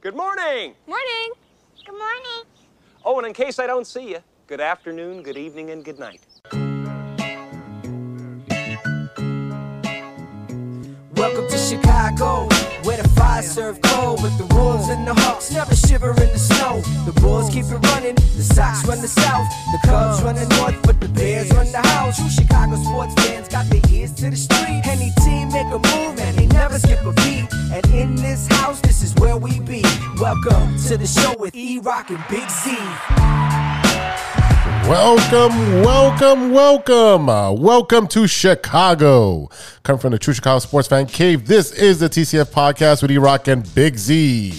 Good morning. Morning. Good morning. Oh, and in case I don't see you, good afternoon, good evening, and good night. Welcome to Chicago, where the fire serve cold, but the wolves and the hawks never shiver in the snow. The bulls keep it running, the Sox run the south, the Cubs run the north, but the Bears run the house. You Chicago sports fans got their ears to the street. Any team make a move and they never skip a beat. And in this house, this is where we be. Welcome to the show with E Rock and Big Z. Welcome, welcome, welcome. Uh, welcome to Chicago. Come from the True Chicago Sports Fan Cave. This is the TCF podcast with E Rock and Big Z.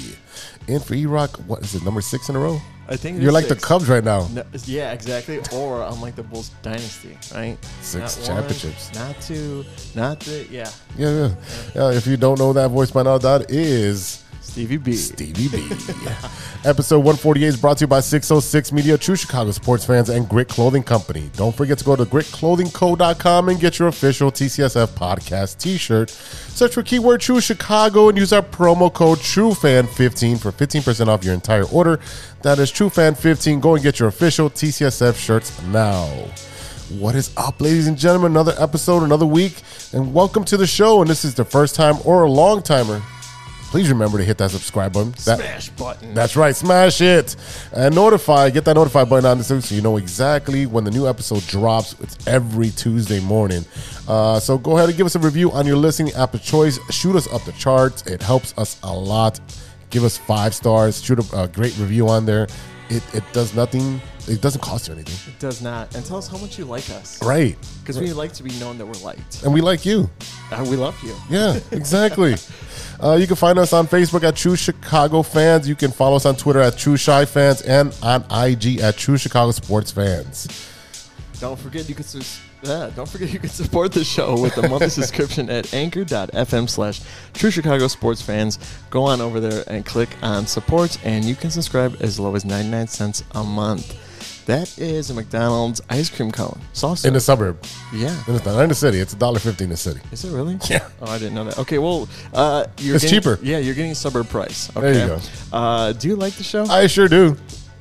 And for E Rock, what is it, number six in a row? I think it You're is like six. the Cubs right now. No, yeah, exactly. Or I'm like the Bulls dynasty, right? Six Not one, championships. not two, not the yeah. Yeah, yeah. yeah. Uh, If you don't know that voice by now, that is Stevie B. Stevie B. Episode 148 is brought to you by 606 Media, True Chicago Sports Fans, and Grit Clothing Company. Don't forget to go to gritclothingco.com and get your official TCSF podcast t shirt. Search for keyword True Chicago and use our promo code TrueFan15 for 15% off your entire order. That is TrueFan15. Go and get your official TCSF shirts now. What is up, ladies and gentlemen? Another episode, another week, and welcome to the show. And this is the first time or a long timer. Please remember to hit that subscribe button. That- Smash button. That's right, smash it and notify. Get that notify button on this so you know exactly when the new episode drops. It's every Tuesday morning. Uh, so go ahead and give us a review on your listening app of choice. Shoot us up the charts. It helps us a lot. Give us five stars. Shoot a, a great review on there. It, it does nothing. It doesn't cost you anything. It does not. And tell us how much you like us, Right. Because we like to be known that we're liked. And we like you. Uh, we love you. Yeah, exactly. uh, you can find us on Facebook at True Chicago Fans. You can follow us on Twitter at True Shy Fans and on IG at True Chicago Sports Fans. Don't forget you can sus- yeah, don't forget you can support the show with a monthly subscription at anchor.fm slash true Chicago sports fans. Go on over there and click on support and you can subscribe as low as 99 cents a month. That is a McDonald's ice cream cone. Soft In the serve. suburb. yeah. And it's not in the city. It's $1.50 in the city. Is it really? Yeah. Oh, I didn't know that. Okay, well, uh, you're It's getting- cheaper. Yeah, you're getting suburb price. There Okay. you go. Uh, do you like the show? I sure do.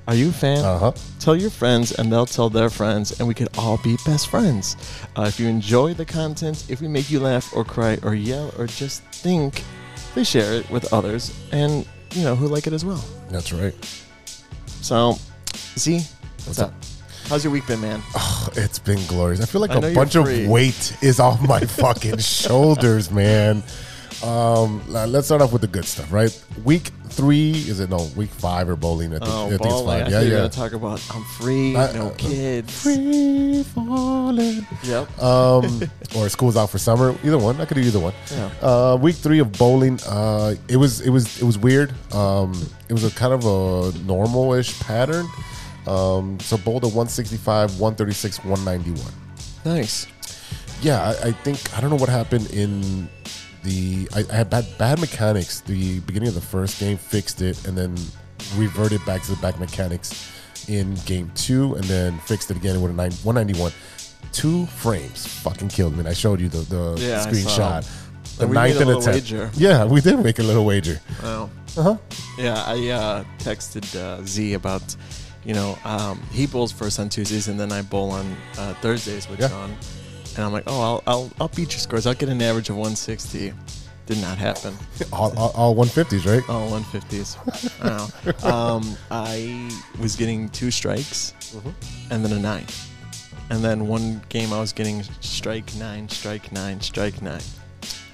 Are you a fan? Uh-huh. Tell your friends, and they'll tell their friends, and we could all be best friends. Uh, if you enjoy the content, if we make you laugh or cry or yell or just think, please share it with others, and you know who like it as well. That's right. So, Z, what's, up? How's your week been, man? Oh, It's been glorious. I feel like I know a you're bunch free. of weight is off my fucking shoulders, man. Um, l- let's start off with the good stuff, right? Week three is it? No, week five or bowling? I think, I Oh, think it's balling. five. I Yeah, thought you were yeah. gonna talk about I'm free, I- no I- kids. Free falling. Yep. um, or school's out for summer. Either one, I could do either one. Yeah. Uh, week three of bowling, uh, it was it was it was weird. Um, it was a kind of a normal-ish pattern. Um, so bowled a 165, 136, 191. nice. Yeah, I, I think I don't know what happened in the. I, I had bad bad mechanics. The beginning of the first game fixed it, and then reverted back to the back mechanics in game two, and then fixed it again with a nine, 191. Two frames fucking killed me. And I showed you the, the Yeah, I saw. screenshot. The And we ninth made a and the little tenth. wager. Yeah, we did make a little wager. Wow. Uh huh. Yeah, I uh, texted uh, Z about, you know, um, he bowls first on Tuesdays and then I bowl on uh, Thursdays with Yeah. John. And I'm like, oh, I'll, I'll, i beat your scores. I'll get an average of 160. Did not happen. All, all, all 150s, right? Oh, 150s. wow. Um, I was getting two strikes and then a nine. And then one game I was getting strike nine, strike nine, strike nine.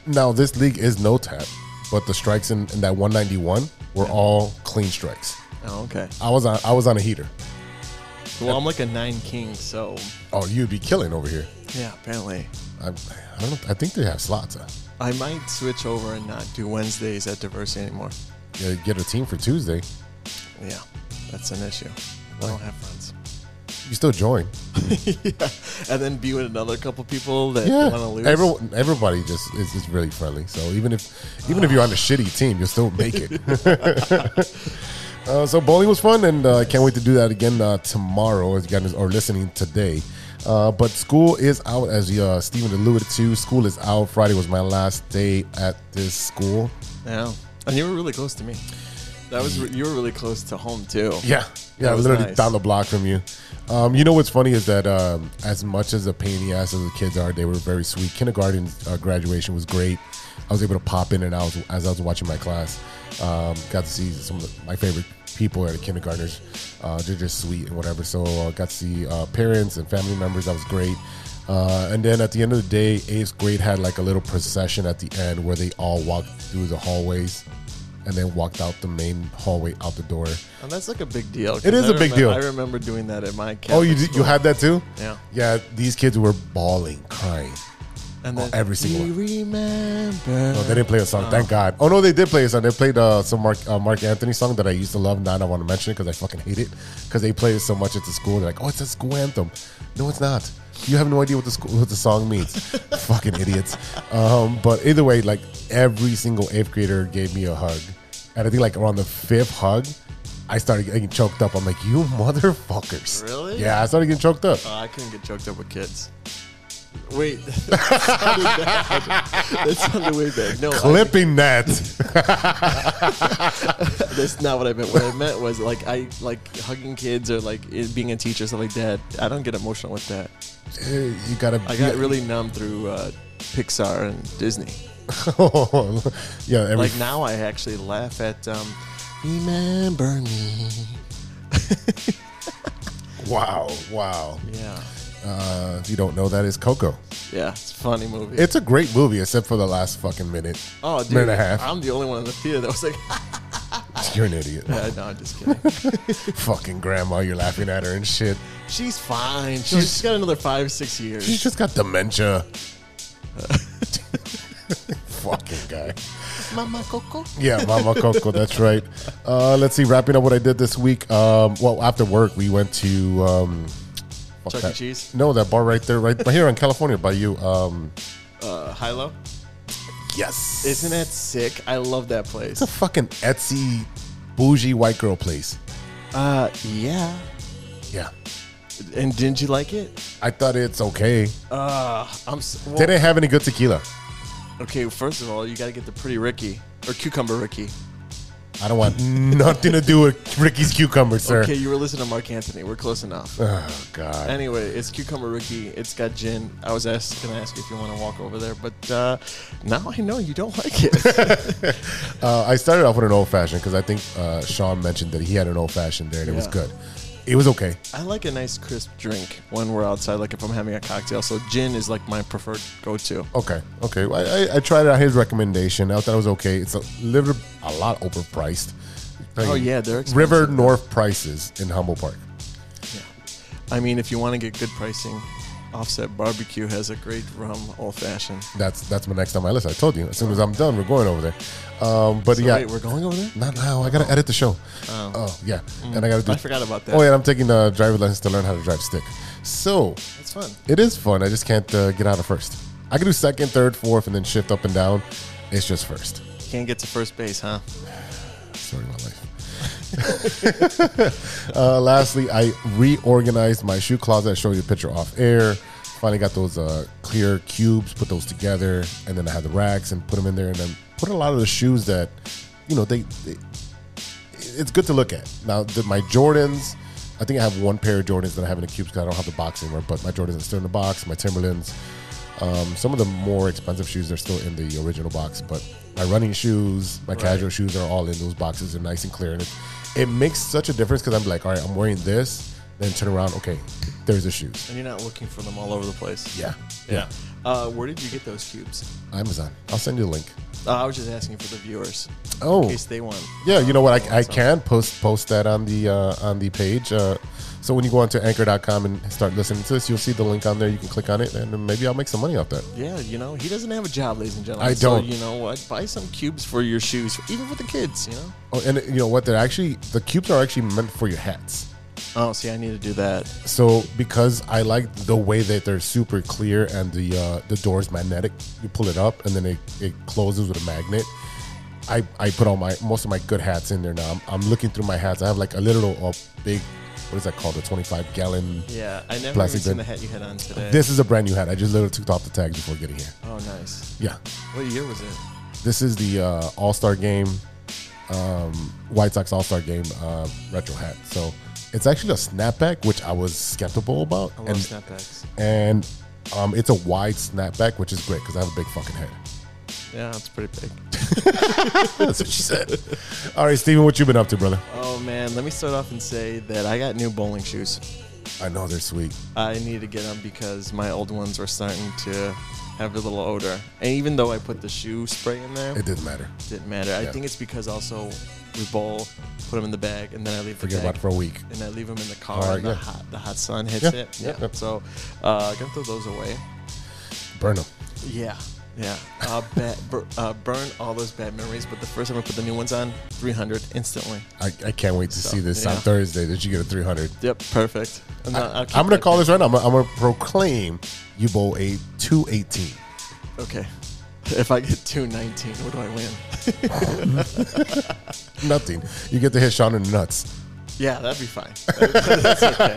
Now, this league is no tap, but the strikes in, in that 191 were all clean strikes. Oh, okay. I was on, I was on a heater. Well, I'm like a nine king, so Oh, you'd be killing over here. yeah, apparently. I, I don't. know. I think they have slots. Uh, I might switch over and not do Wednesdays at Diversity anymore. yeah, get a team for Tuesday. Yeah, that's an issue. I don't have friends. You still join? yeah. And then be with another couple people that Yeah. want to lose. Everyone, everybody just is, is really friendly. So even if even if you're on a shitty team, you'll still make it. Uh, so bowling was fun, and uh, I can't wait to do that again uh, tomorrow. As you guys are listening today, uh, but school is out as uh, Stephen alluded to. School is out. Friday was my last day at this school. yeah. And you were really close to me. That was re- you were really close to home too. Yeah, yeah, That was literally nice. down the block from you. Um, you know what's funny is that um, as much as a pain in the ass as the kids are, they were very sweet. Kindergarten uh, graduation was great. I was able to pop in and out as I was watching my class. Um, got to see some of the, my favorite people at the kindergartners. Uh, they're just sweet and whatever. So uh, got to see uh, parents and family members. That was great. Uh, and then at the end of the day, eighth grade had like a little procession at the end where they all walked through the hallways and then walked out the main hallway out the door. And that's like a big deal. 'cause It is I a big remem- deal. I remember doing that at my Oh, you Catholic did, you school. had that too? Yeah. Yeah, these kids were bawling, crying. and oh, every single "We one." Oh, remember. No, they didn't play a song. Thank God. Oh no, they did play a song. They played uh, some Mark uh, Mark Anthony song that I used to love. Now I don't want to mention it because I fucking hate it. Because they play it so much at the school. They're like, "Oh, it's a school anthem." No, it's not. You have no idea what the school, what the song means. fucking idiots. Um, but either way, like every single eighth grader gave me a hug, and I think like around the fifth hug, I started getting choked up. I'm like, "You motherfuckers!" Really? Yeah, I started getting choked up. Oh, I couldn't get choked up with kids. Wait, that sounded way bad. No, I- Clipping that. that's not what I meant. What I meant was like I like hugging kids or like it, being a teacher, stuff like that. I don't get emotional with that. Hey, you gotta. I got really numb through uh, Pixar and Disney. yeah, every, Like now, I actually laugh at um, "Remember Me." wow, wow. Yeah, Uh, if you don't know, that is Coco. yeah, it's a funny movie. It's a great movie, except for the last fucking minute. oh, dude, minute and a half. I'm the only one in the theater that was like, You're an idiot. yeah, no, I'm just kidding. fucking grandma, you're laughing at her and shit. She's fine. She's, she's got another five, six years. She's just got dementia. fucking guy. Mama Coco. Yeah, Mama Coco, that's right. Uh, let's see, wrapping up what I did this week. Um, well, after work, we went to. Um, fuck Chuck E. that- Cheese? No, that bar right there, right, right here in California by you. Um, Uh, Hilo. yes. Isn't that sick? I love that place. It's a fucking Etsy bougie white girl place. Uh, yeah. Yeah. And didn't you like it? I thought it's okay. Uh, I'm. s- Well, They didn't have any good tequila. okay, first of all, you got to get the pretty Ricky or cucumber Ricky. I don't want nothing to do with Ricky's cucumber, sir. Okay, you were listening to Mark Anthony. We're close enough. Oh god. Anyway, it's cucumber Ricky. It's got gin. I was asked, gonna ask you if you want to walk over there, but uh, now I know you don't like it. Uh, I started off with an old fashioned because I think uh, Sean mentioned that he had an old fashioned there and it was Yeah. good. It was okay. I like a nice crisp drink when we're outside, like if I'm having a cocktail. So gin is like my preferred go-to. Okay. Okay. Well, I, I, I tried out his recommendation. I thought it was okay. It's a little a lot overpriced. Oh, yeah, they're River expensive. North prices in Humble Park. I mean, if you want to get good pricing, Offset Barbecue has a great rum old fashioned. That's that's my next on my list. I told you. As soon as I'm done, we're going over there. Um, but So yeah, wait, we're going over there. Not now. I gotta edit the show. Oh, yeah, and I gotta do. Mm. I forgot about that. Oh yeah, and I'm taking the driver lessons to learn how to drive stick. So It's fun. it is fun. I just can't uh, get out of first. I can do second, third, fourth, and then shift up and down. It's just first. Can't get to first base, huh? Story of my life. uh, lastly, I reorganized my shoe closet. I showed you a picture off air. Finally got those uh, clear cubes, put those together, and then I had the racks and put them in there, and then put a lot of the shoes that, you know, they, they it's good to look at. Now, the, my Jordans, I think I have one pair of Jordans that I have in the cubes because I don't have the box anymore. But my Jordans are still in the box. My Timberlands, um, some of the more expensive shoes are still in the original box. But my running shoes, my casual shoes are all in those boxes. They're nice and clear, and it, it makes such a difference because I'm like, all right, I'm wearing this, then turn around, okay, there's the shoes. And you're not looking for them all over the place. Yeah, Yeah. Uh, where did you get those cubes? Amazon. I'll send you a link. Uh, I was just asking for the viewers. Oh. In case they want. Yeah, you know what? I, I So- can post post that on the uh, on the page. Uh, so when you go onto anchor.com and start listening to this, you'll see the link on there. You can click on it, and then maybe I'll make some money off that. Yeah, you know, he doesn't have a job, ladies and gentlemen. I don't. So, you know what? Buy some cubes for your shoes, even for the kids, you know? Oh, and you know what? They're actually the cubes are actually meant for your hats. Oh, see, I need to do that. So because I like the way that they're super clear and the uh, the door is magnetic, you pull it up and then it, it closes with a magnet. I, I put all my most of my good hats in there now. I'm, I'm looking through my hats. I have like a little uh, big, what is that called? A 25 gallon. Yeah, I never Plastic even seen bin. the hat you had on today. This is a brand new hat. I just literally took off the tags before getting here. oh, nice. Yeah, What year was it? this is the uh, All Star Game um, White Sox All Star Game uh, retro hat. So it's actually a snapback, which I was skeptical about. I love and snapbacks. and um, it's a wide snapback, which is great because I have a big fucking head. Yeah, it's pretty big. That's what she said. All right, Steven, what you been up to, brother? Oh man, let me start off and say that I got new bowling shoes. I know they're sweet. I need to get them because my old ones were starting to have a little odor. And even though I put the shoe spray in there, It it didn't matter. didn't matter. I Yeah. think it's because also we bowl, put them in the bag, and then I leave Forget the about bag it for a week. and I leave them in the car. Alright, and the, yeah. hot, the hot sun hits Yeah, it. yeah, Yeah. yeah. So uh, I can throw those away. Burn them. Yeah. Yeah, uh, ba- bur- uh, burn all those bad memories. But the first time I put the new ones on, 300 instantly. I, I can't wait to So, see this on yeah. Thursday that you get a 300. Yep, perfect. And I'll- I'll keep I'm going to that call big. this right now. I'm, gonna- I'm going to proclaim you bowl a 218. Okay. If I get 219, what do I win? Nothing. You get to hit Sean in the nuts. yeah, that'd be fine. That's okay.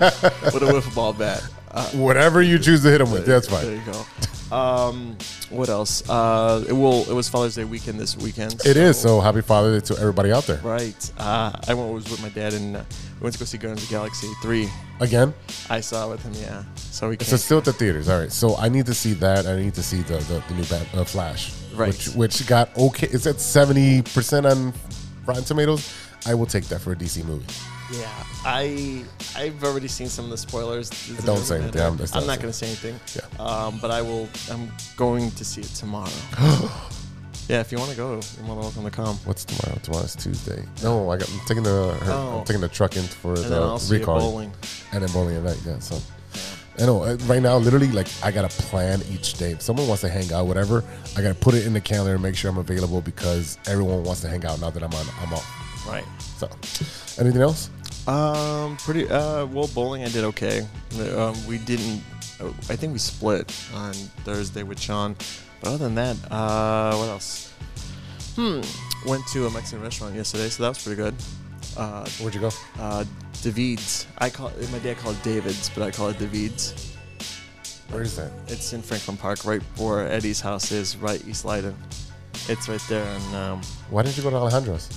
With a wiffle ball bat. Uh, Whatever you choose to hit him with, that's There you fine. go. Um, what else? Uh, it will. It was Father's Day weekend this weekend. It is. So happy Father Day to everybody out there. Right. Uh, I went was with my dad and uh, we went to go see Guardians of the Galaxy three. Again, I saw it with him. Yeah. So we. so Can't, still at the theaters. All right. So I need to see that. I need to see the, the, the new Bat, uh, Flash. Right. Which, which got okay. It's at 70% on Rotten Tomatoes. I will take that for a DC movie. yeah. I I've already seen some of the spoilers. It Don't say doesn't anything. matter. I'm- that's I'm not saying. not going to say anything. Yeah. Um, but I will. I'm going to see it tomorrow. yeah. If you want to go, you're more than welcome to come. What's tomorrow? Tomorrow's Tuesday. No, I got, I'm taking the her, Oh. I'm taking the truck in for And then I'll the see you recall. bowling. and then bowling at night. Yeah, so I know uh, right now, literally, like I gotta plan each day. If someone wants to hang out, whatever, I gotta put it in the calendar and make sure I'm available because everyone wants to hang out now that I'm on. I'm off. Right. So, anything else? Um, pretty. Uh, well, bowling I did okay. Um, we didn't. uh, I think we split on Thursday with Sean. But other than that, uh, what else? Hmm. Went to a Mexican restaurant yesterday, so that was pretty good. Uh, Where'd you go? uh, David's. I call my dad called it David's, but I call it David's. Where is that? It's in Franklin Park, right where Eddie's house is, right East Leiden. It's right there, and um, Why didn't you go to Alejandro's?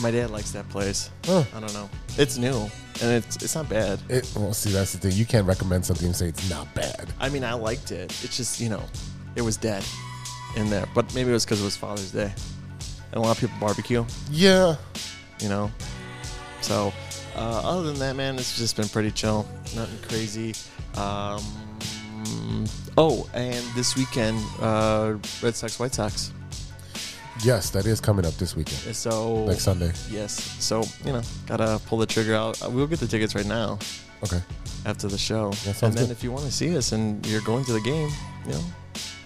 my dad likes that place. Huh. I don't know. It's new, and it's it's not bad. It, well, see, that's the thing. You can't recommend something and say it's not bad. I mean, I liked it. It's just, you know, it was dead in there. But maybe it was because it was Father's Day. And a lot of people barbecue, Yeah, you know? So, uh, other than that, man, it's just been pretty chill. Nothing crazy. Um, oh, and this weekend, uh, Red Sox, White Sox. yes, that is coming up this weekend, And So, next Sunday. yes. So, you know, gotta pull the trigger out. Uh, We'll get the tickets right now Okay, after the show. That sounds and then good. if you want to see us and you're going to the game, you know,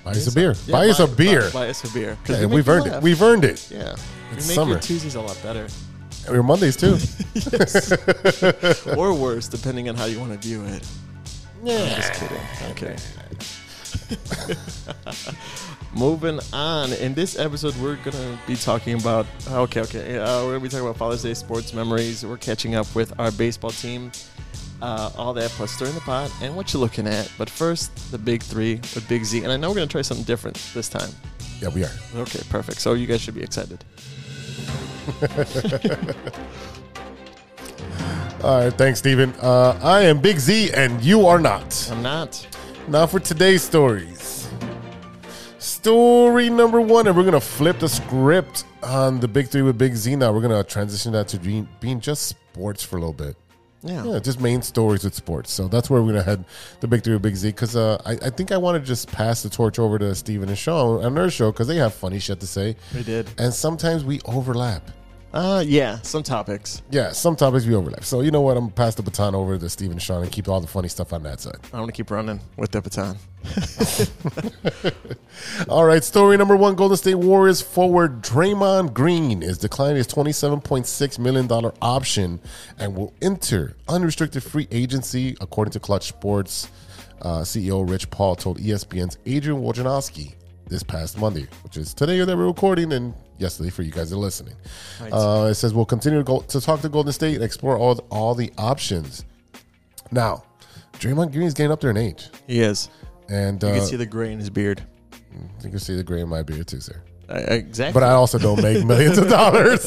buy us a Yeah, beer. yeah, buy us a beer. Buy, buy us a beer. 'Cause Yeah, we and make we've you earned it. laugh. We've earned it. yeah. We make It's summer. your Tuesdays a lot better, Or Mondays too. or worse, depending on how you want to view it. I'm just kidding. I'm kidding. Moving on. In this episode, we're gonna be talking about okay, okay. Uh, we're gonna be talking about Father's Day sports memories. We're catching up with our baseball team. Uh, all that plus stirring the pot and what you're looking at. But first, the big three with Big Z. And I know we're gonna try something different this time. yeah, we are. Okay, perfect. So you guys should be excited. All right, thanks, Steven. Uh, I am Big Z, and you are not. I'm not. Now for today's stories. Story number one, and we're gonna flip the script on the Big Three with Big Z. Now we're gonna transition that to being, being just sports for a little bit. Yeah. Yeah, just main stories with sports. So that's where we're gonna head the Big Three with Big Z because uh, I, I think I want to just pass the torch over to Steven and Sean on their show because they have funny shit to say. They did. and sometimes we overlap. Uh, yeah, some topics. Yeah, some topics we overlap. So you know what? I'm gonna pass the baton over to Steven and Sean and keep all the funny stuff on that side. I want to keep running with the baton. All right, story number one Golden State Warriors forward Draymond Green is declining his $27.6 million option and will enter unrestricted free agency, according to Clutch Sports. Uh, CEO Rich Paul told E ESPN's Adrian Wojnarowski this past Monday, which is today that we're recording and yesterday for you guys that are listening. Uh, it says, We'll continue to, go- to talk to Golden State and explore all, all the options. Now, Draymond Green is getting up there in age. He is. And You uh, can see the gray in his beard. you can see the gray in my beard too, sir. I- exactly. but I also don't make millions of dollars.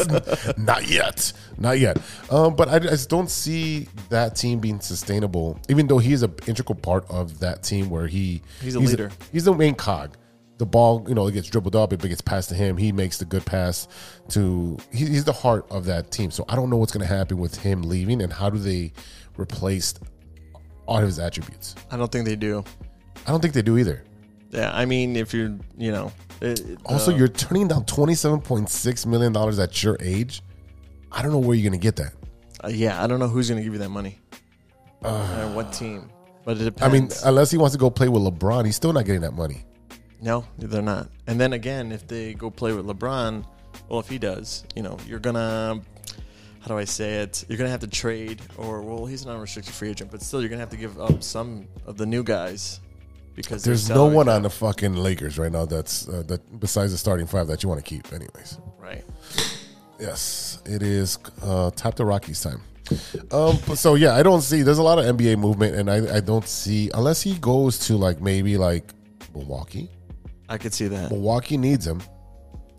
Not yet. Not yet. Um, but I, I just don't see that team being sustainable, even though he is an integral part of that team where he He's a leader. he's the main cog. The ball, you know, it gets dribbled up, it gets passed to him. He makes the good pass to. He, he's the heart of that team. So I don't know what's going to happen with him leaving, and how do they replace all of his attributes? I don't think they do. I don't think they do either. Yeah, I mean, if you're, you know, it, it- Also, uh, you're turning down twenty seven point six million dollars at your age. I don't know where you're gonna get that. uh, yeah, I don't know who's going to give you that money, or what team. But it Uh, I mean, depends. unless he wants to go play with LeBron, he's still not getting that money. no, they're not. And then again, if they go play with LeBron, well, if he does, you know, you're gonna, how do I say it? You're gonna have to trade, or well, he's an unrestricted free agent, but still, you're gonna have to give up some of the new guys because their There's no salary one cap- on the fucking Lakers right now that's uh, that besides the starting five that you want to keep, anyways. right. Yes, it is uh, top the Rockies time. Um, but so yeah, I don't see. There's a lot of NBA movement, and I, I don't see unless he goes to like maybe like Milwaukee. I could see that. Milwaukee needs him.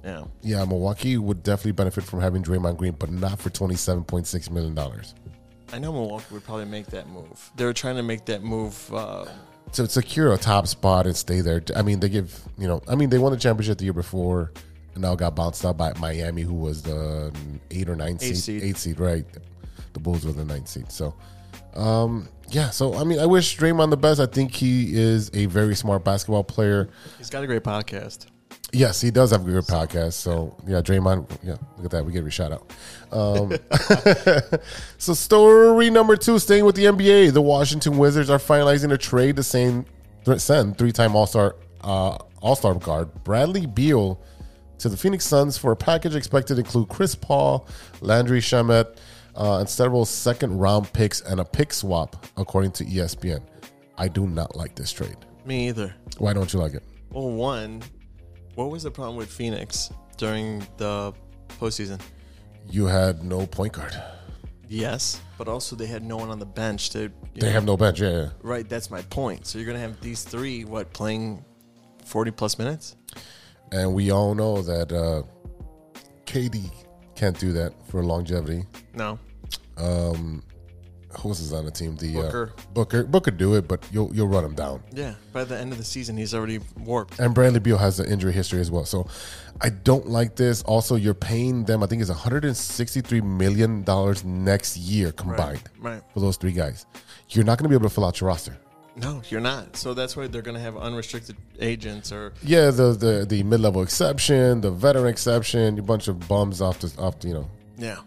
Yeah. Yeah, Milwaukee would definitely benefit from having Draymond Green, but not for twenty seven point six million dollars. I know Milwaukee would probably make that move. They were trying to make that move. Uh, To secure a top spot and stay there. I mean, they give you know. I mean, they won the championship the year before, and now got bounced out by Miami, who was the eight or nine Eight seed, seed. eight seed, right? The Bulls were the ninth seed. So, um, yeah. So I mean, I wish Draymond the best. I think he is a very smart basketball player. he's got a great podcast. Yes, he does have a good podcast. So yeah, Draymond. Yeah, look at that. We give you a shout out. Um, so story number two, staying with the NBA, the Washington Wizards are finalizing a trade to send, send three-time All-Star uh, All-Star guard Bradley Beal to the Phoenix Suns for a package expected to include Chris Paul, Landry Shamet, uh, and several second-round picks and a pick swap, according to E ESPN. I do not like this trade. Me either. Why don't you like it? Well, one, what was the problem with Phoenix during the postseason? You had no point guard. Yes, but also they had no one on the bench. To, you They know- have no bench. Yeah, yeah. right. That's my point. So you're gonna have these three what playing forty plus minutes? and we all know that uh, KD can't do that for longevity. No, Who else is on the team? The uh, Booker. Booker, Booker, do it, but you'll you'll run him down. yeah. By the end of the season, he's already warped. And Bradley Beal has an injury history as well, so I don't like this. Also, you're paying them. I think it's 163 million dollars next year combined right. for those three guys. You're not going to be able to fill out your roster. No, you're not. So that's why they're gonna have unrestricted agents or Yeah, the the the mid level exception, the veteran exception, a bunch of bums off the off the, you know Yeah.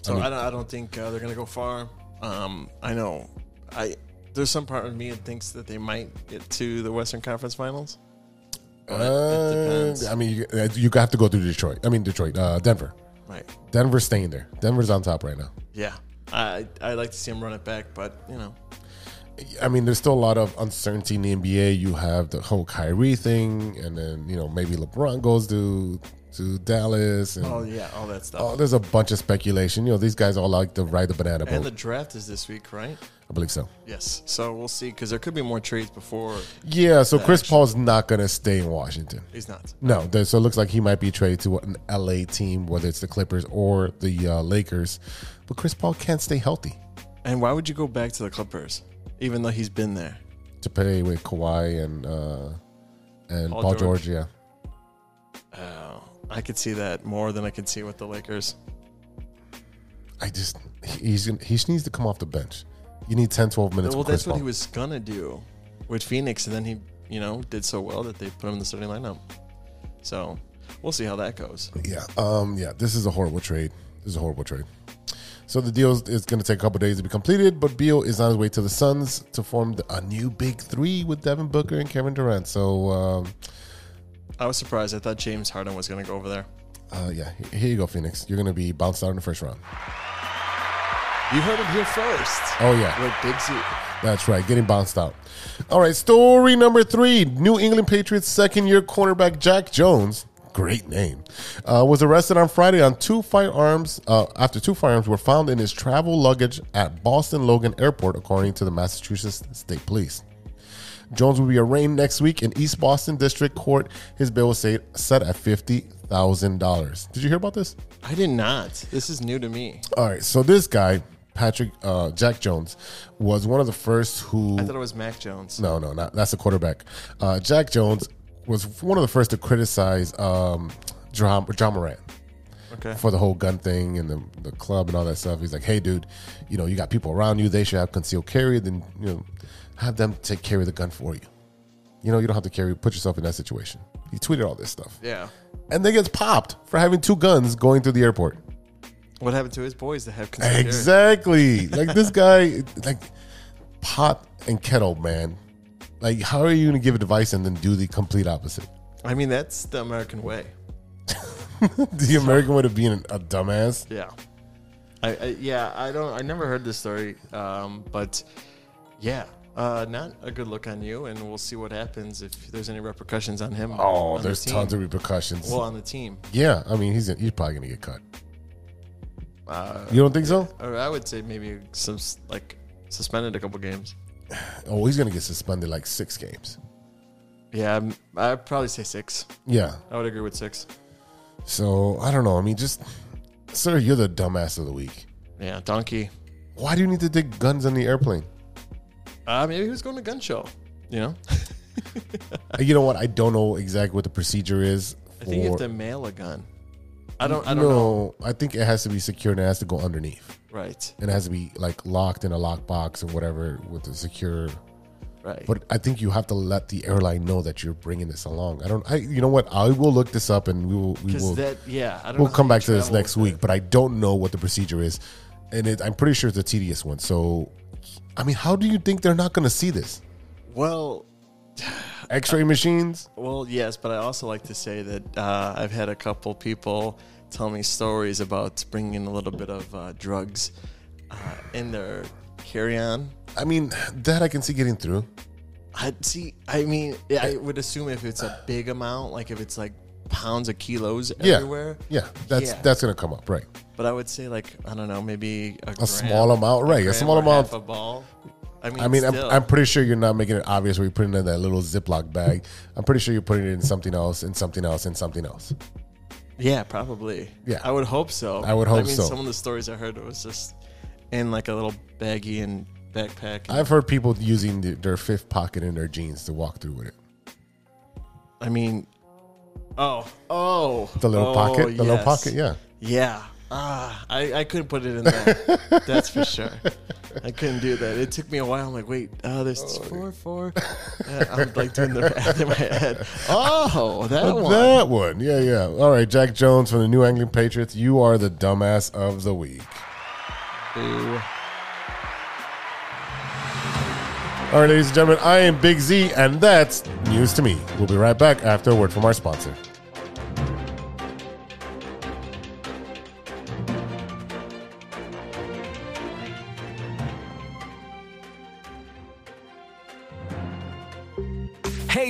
So I, don't. I don't think uh, they're gonna go far. Um, I know. I there's some part of me that thinks that they might get to the Western Conference Finals. But it depends. Uh, I mean, you, uh, you have to go through Detroit. I mean, Detroit, uh, Denver. Right. Denver's staying there. Denver's on top right now. Yeah. I I like to see them run it back, but you know, I mean, there's still a lot of uncertainty in the NBA. You have the whole Kyrie thing, and then you know maybe LeBron goes to to Dallas, and oh yeah, all that stuff. oh, there's a bunch of speculation. You know, these guys all like to ride the banana boat. and the draft is this week, right? I believe so. Yes. So we'll see, because there could be more trades before Yeah, so Chris actually- Paul's not gonna stay in Washington. he's not. No, there- so it looks like he might be traded to an LA team, whether it's the Clippers or the uh, Lakers. But Chris Paul can't stay healthy. And why would you go back to the Clippers, even though he's been there? to play with Kawhi and uh, and Paul, Paul George. George. Yeah, Oh, I could see that more than I could see with the Lakers. I just he's gonna- he needs to come off the bench. You need 10, 12 minutes. well, with Chris that's what he Paul. was gonna do with Phoenix, and then he, you know, did so well that they put him in the starting lineup. So we'll see how that goes. Yeah, um, yeah. This is a horrible trade. This is a horrible trade. So the deal is- is going to take a couple days to be completed, but Beal is on his way to the Suns to form the, a new big three with Devin Booker and Kevin Durant. So, um, I was surprised. I thought James Harden was gonna go over there. uh, yeah, he- here you go, Phoenix. You're going to be bounced out in the first round. You heard him here first. Oh yeah, With Big Z. That's right, getting bounced out. All right, story number three New England Patriots second year cornerback Jack Jones, great name, uh, was arrested on Friday on two firearms uh, after two firearms were found in his travel luggage at Boston Logan Airport, according to the Massachusetts State Police. Jones will be arraigned next week in East Boston District Court. His bail was set set at $50,000. Did you hear about this? I did not. This is new to me. All right, so this guy, Patrick uh, Jack Jones, was one of the first who I thought it was Mac Jones. no, no, not that's the quarterback. Uh, Jack Jones was one of the first to criticize um, John, John Morant Okay. for the whole gun thing and the, the club and all that stuff. He's like, hey, dude, you know, you got people around you. They should have concealed carry. Then, you know, have them take carry the gun for you. You know, you don't have to carry. Put yourself in that situation. He tweeted all this stuff. Yeah. And then gets popped for having two guns going through the airport. What happened to his boys that have considered? Exactly. like this guy, like pot and kettle, man. Like, how are you going to give advice and then do the complete opposite? I mean, that's the American way. the American way of being a dumbass. Yeah. I, I yeah, I don't I never heard this story. Um, but yeah. Uh, not a good look on you, and we'll see what happens if there's any repercussions on him. Oh, on the there's team. tons of repercussions. well on the team. yeah, I mean, he's he's probably going to get cut. Uh, you don't think so? Or I would say maybe some s- like suspended a couple games. Oh, he's going to get suspended like six games. Yeah, I'm- I'd probably say six. Yeah. I would agree with six. So I don't know. I mean, just sir, you're the dumbass of the week. Yeah, donkey. Why do you need to take guns on the airplane? Uh, maybe he was going to gun show. You know, Uh, you know what? I don't know exactly what the procedure is. I think you have for- to mail a gun. I don't. I don't no, know. I think it has to be secured and it has to go underneath. Right. And it has to be like locked in a lockbox or whatever with a secure. Right. But I think you have to let the airline know that you're bringing this along. I don't. I you know what? I will look this up and we will. We because will. that. Yeah. I don't. we'll know come how you back to this travel next with week. But I don't know what the procedure is, and it, I'm pretty sure it's a tedious one. So, I mean, how do you think they're not going to see this? that. Well. X-ray machines. Well, yes, but I also like to say that uh, I've had a couple people tell me stories about bringing a little bit of uh, drugs uh, in their carry-on. I mean, that I can see getting through. I see. I mean, yeah, I would assume if it's a big amount, like if it's like pounds of kilos Yeah. everywhere. Yeah. That's Yeah. that's going to come up, right? But I would say like I don't know, maybe a, A small amount, right? A small amount. half a ball. I mean, I mean, I'm, still. I'm pretty sure you're not making it obvious where you're putting it in that little Ziploc bag. I'm pretty sure you're putting it in something else, and something else, and something else. yeah, probably. Yeah. I would hope so. I would hope I mean, so. Some of the stories I heard it was just in like a little baggie and backpack. I, I've heard people using the, their fifth pocket in their jeans to walk through with it. mean, oh, oh, The little oh, pocket, the little yes. pocket, yeah. yeah. Ah, I, I couldn't put it in there. That's for sure. I couldn't do that. It took me a while. I'm like, wait, oh, there's four, four. Uh, I'm like doing the math in my head. Oh, that one. That one, yeah, yeah. All right, Jack Jones from the New England Patriots, you are the dumbass of the week. Boo. All right, ladies and gentlemen, I am Big Z, and that's news to me. We'll be right back after a word from our sponsor. Hey,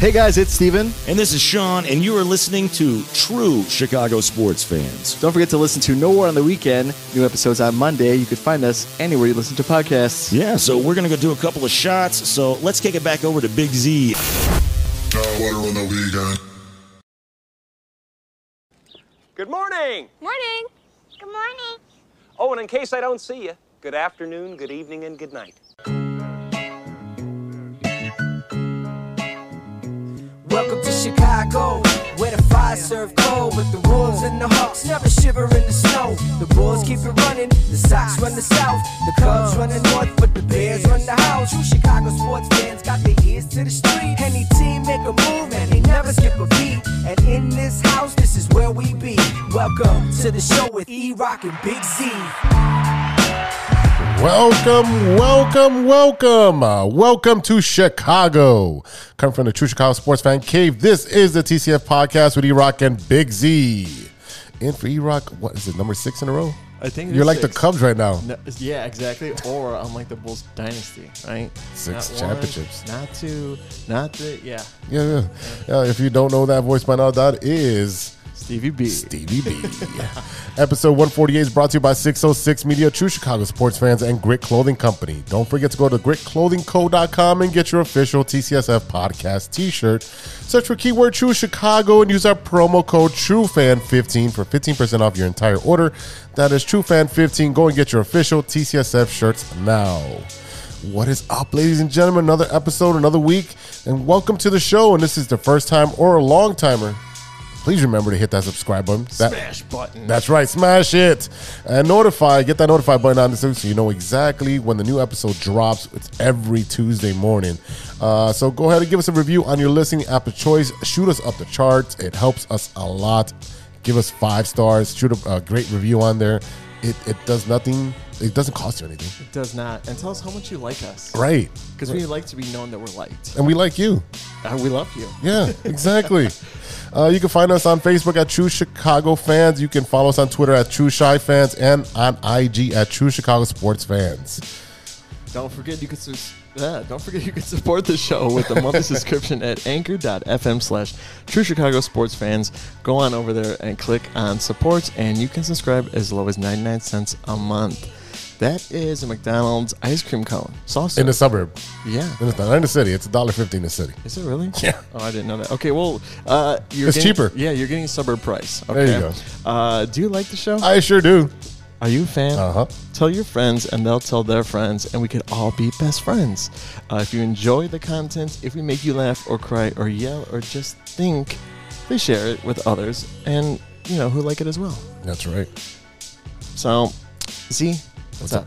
Hey guys, it's Steven. And this is Sean, and you are listening to True Chicago Sports Fans. Don't forget to listen to Nowhere on the Weekend. New episodes on Monday. You can find us anywhere you listen to podcasts. Yeah, so we're going to go do a couple of shots. So let's kick it back over to Big Z. Water on the weekend. Good morning. Morning. Good morning. Oh, and in case I don't see you, good afternoon, good evening, and good night. Chicago, where the fire serve cold with the wolves and the hawks never shiver in the snow. The bulls keep it running, the Sox run the south, the Cubs run the north, but the Bears run the house. You Chicago sports fans got their ears to the street. Any team make a move and they never skip a beat. And in this house, this is where we be. Welcome to the show with E Rock and Big Z. Welcome, welcome, welcome. Uh, welcome to Chicago. Come from the True Chicago Sports Fan Cave. This is the TCF podcast with E Rock and Big Z. And for E Rock, what is it, number six in a row? I think it You're is like six. the Cubs right now. No, yeah, exactly. Or I'm like the Bulls dynasty, right? Six one, championships. not two, not the yeah. Yeah, yeah. yeah. If you don't know that voice by now, that is Stevie B. Stevie B. Episode 148 is brought to you by 606 Media, True Chicago Sports Fans, and Grit Clothing Company. Don't forget to go to gritclothingco.com and get your official TCSF podcast t shirt. Search for keyword True Chicago and use our promo code TrueFan15 for 15% off your entire order. That is TrueFan15. Go and get your official TCSF shirts now. What is up, ladies and gentlemen? Another episode, another week, and welcome to the show. And this is the first time or a long timer. Please remember to hit that subscribe button. That- Smash button. That's right, smash it and notify. Get that notify button on this so you know exactly when the new episode drops. It's every Tuesday morning. Uh, so go ahead and give us a review on your listening app of choice. Shoot us up the charts. It helps us a lot. Give us five stars. Shoot a, a great review on there. It, it does nothing. It doesn't cost you anything. It does not. And tell us how much you like us, Right. Because we like to be known that we're liked. And we like you. Uh, we love you. Yeah, exactly. uh, you can find us on Facebook at True Chicago Fans. You can follow us on Twitter at True Shy Fans and on IG at True Chicago Sports Fans. Don't forget you can sus- yeah, don't forget you can support the show with a monthly subscription at anchor.fm slash true Chicago sports fans. Go on over there and click on support and you can subscribe as low as 99 cents a month. That is a McDonald's ice cream cone. Salsa. In the suburb. yeah. And it's not in the city. It's $1.50 in the city. Is it really? Yeah. Oh, I didn't know that. Okay, well, uh, you're It's getting- cheaper. Yeah, you're getting suburb price. There Okay. you go. Uh, do you like the show? I sure do. Are you a fan? Uh-huh. Tell your friends, and they'll tell their friends, and we could all be best friends. Uh, if you enjoy the content, if we make you laugh or cry or yell or just think, please share it with others, and you know who like it as well. That's right. So, Z, what's, up?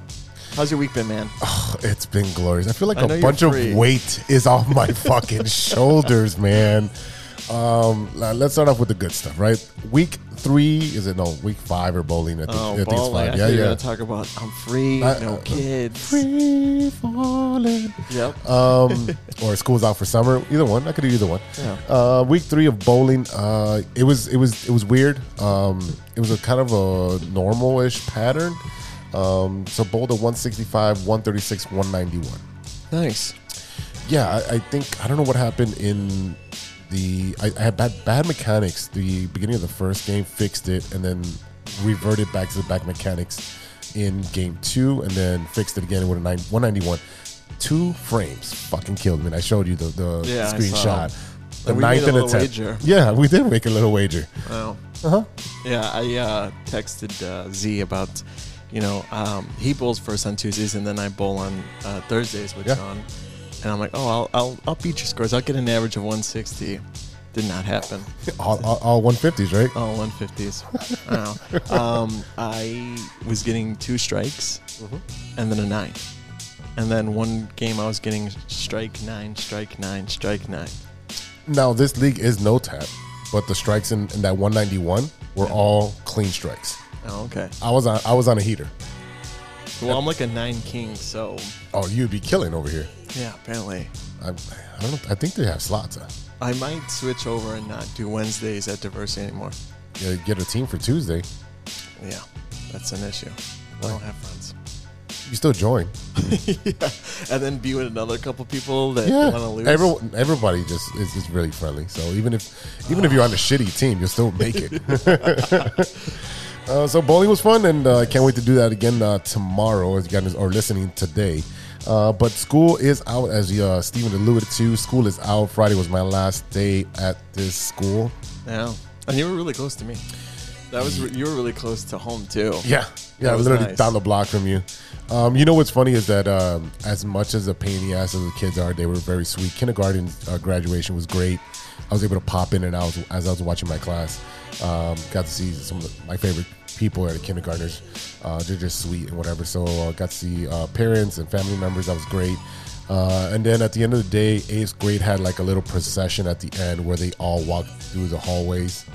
How's your week been, man? Oh, It's been glorious. I feel like I know a you're bunch of free. weight is off my fucking shoulders, man. Um, l- let's start off with the good stuff, right? Week three, is it? No, week five or bowling. I think, I oh, think it's balling. five. Yeah, I thought you were yeah. gonna talk about I'm free, I- no uh, kids. Free falling. Yep. um, or school's out for summer. Either one, I could do either one. Yeah. Uh, week three of bowling, uh, it was it was it was weird. Um, it was a kind of a normal-ish pattern. Um, so bowled a 165, 136, 191. nice. Yeah, I, I think I don't know what happened in the. I, I had bad bad mechanics. The beginning of the first game fixed it, and then reverted back to the back mechanics in game two, and then fixed it again with a nine, 191. Two frames fucking killed me. And I showed you the, the Yeah, I saw. screenshot. The And we ninth made a and the little tenth. wager. Yeah, we did make a little wager. Wow. Uh huh. Yeah, I uh, texted uh, Z about, you know, um, he bowls first on Tuesdays and then I bowl on uh, Thursdays with Yeah. John. And I'm like, oh, I'll, I'll, I'll beat your scores. I'll get an average of 160. Did not happen. All, all, all 150s, right? Oh, 150s. wow. Um, I was getting two strikes and then a nine. And then one game I was getting strike nine, strike nine, strike nine. Now, this league is no tap, but the strikes in, in that 191 were all clean strikes. Oh, okay. I was on I was on a heater. Well, I'm like a nine king, so Oh, you'd be killing over here. yeah, apparently. I, I don't. know. I think they have slots. Uh, huh? I might switch over and not do Wednesdays at Diversity anymore. Yeah, get a team for Tuesday. Yeah, that's an issue. I don't have friends. You still join. yeah. And then be with another couple people that Yeah, want to lose. everyone. Everybody just is just really friendly. So even if even if you're on a shitty team, you'll still make it. uh, so bowling was fun, and uh, I can't wait to do that again uh, tomorrow. As you guys are listening today. Uh, but school is out, as uh, Stephen alluded to. School is out. Friday was my last day at this school. yeah. And you were really close to me. That was you were really close to home too. Yeah, yeah, That was literally nice. down the block from you. Um, you know what's funny is that um, as much as a pain in the ass as the kids are, they were very sweet. Kindergarten uh, graduation was great. I was able to pop in and out as- as I was watching my class. Um, got to see some of the, my favorite people at the kindergartners. Uh, they're just sweet and whatever. So uh, got to see uh, parents and family members. That was great. Uh, and then at the end of the day, eighth grade had like a little procession at the end where they all walked through the hallways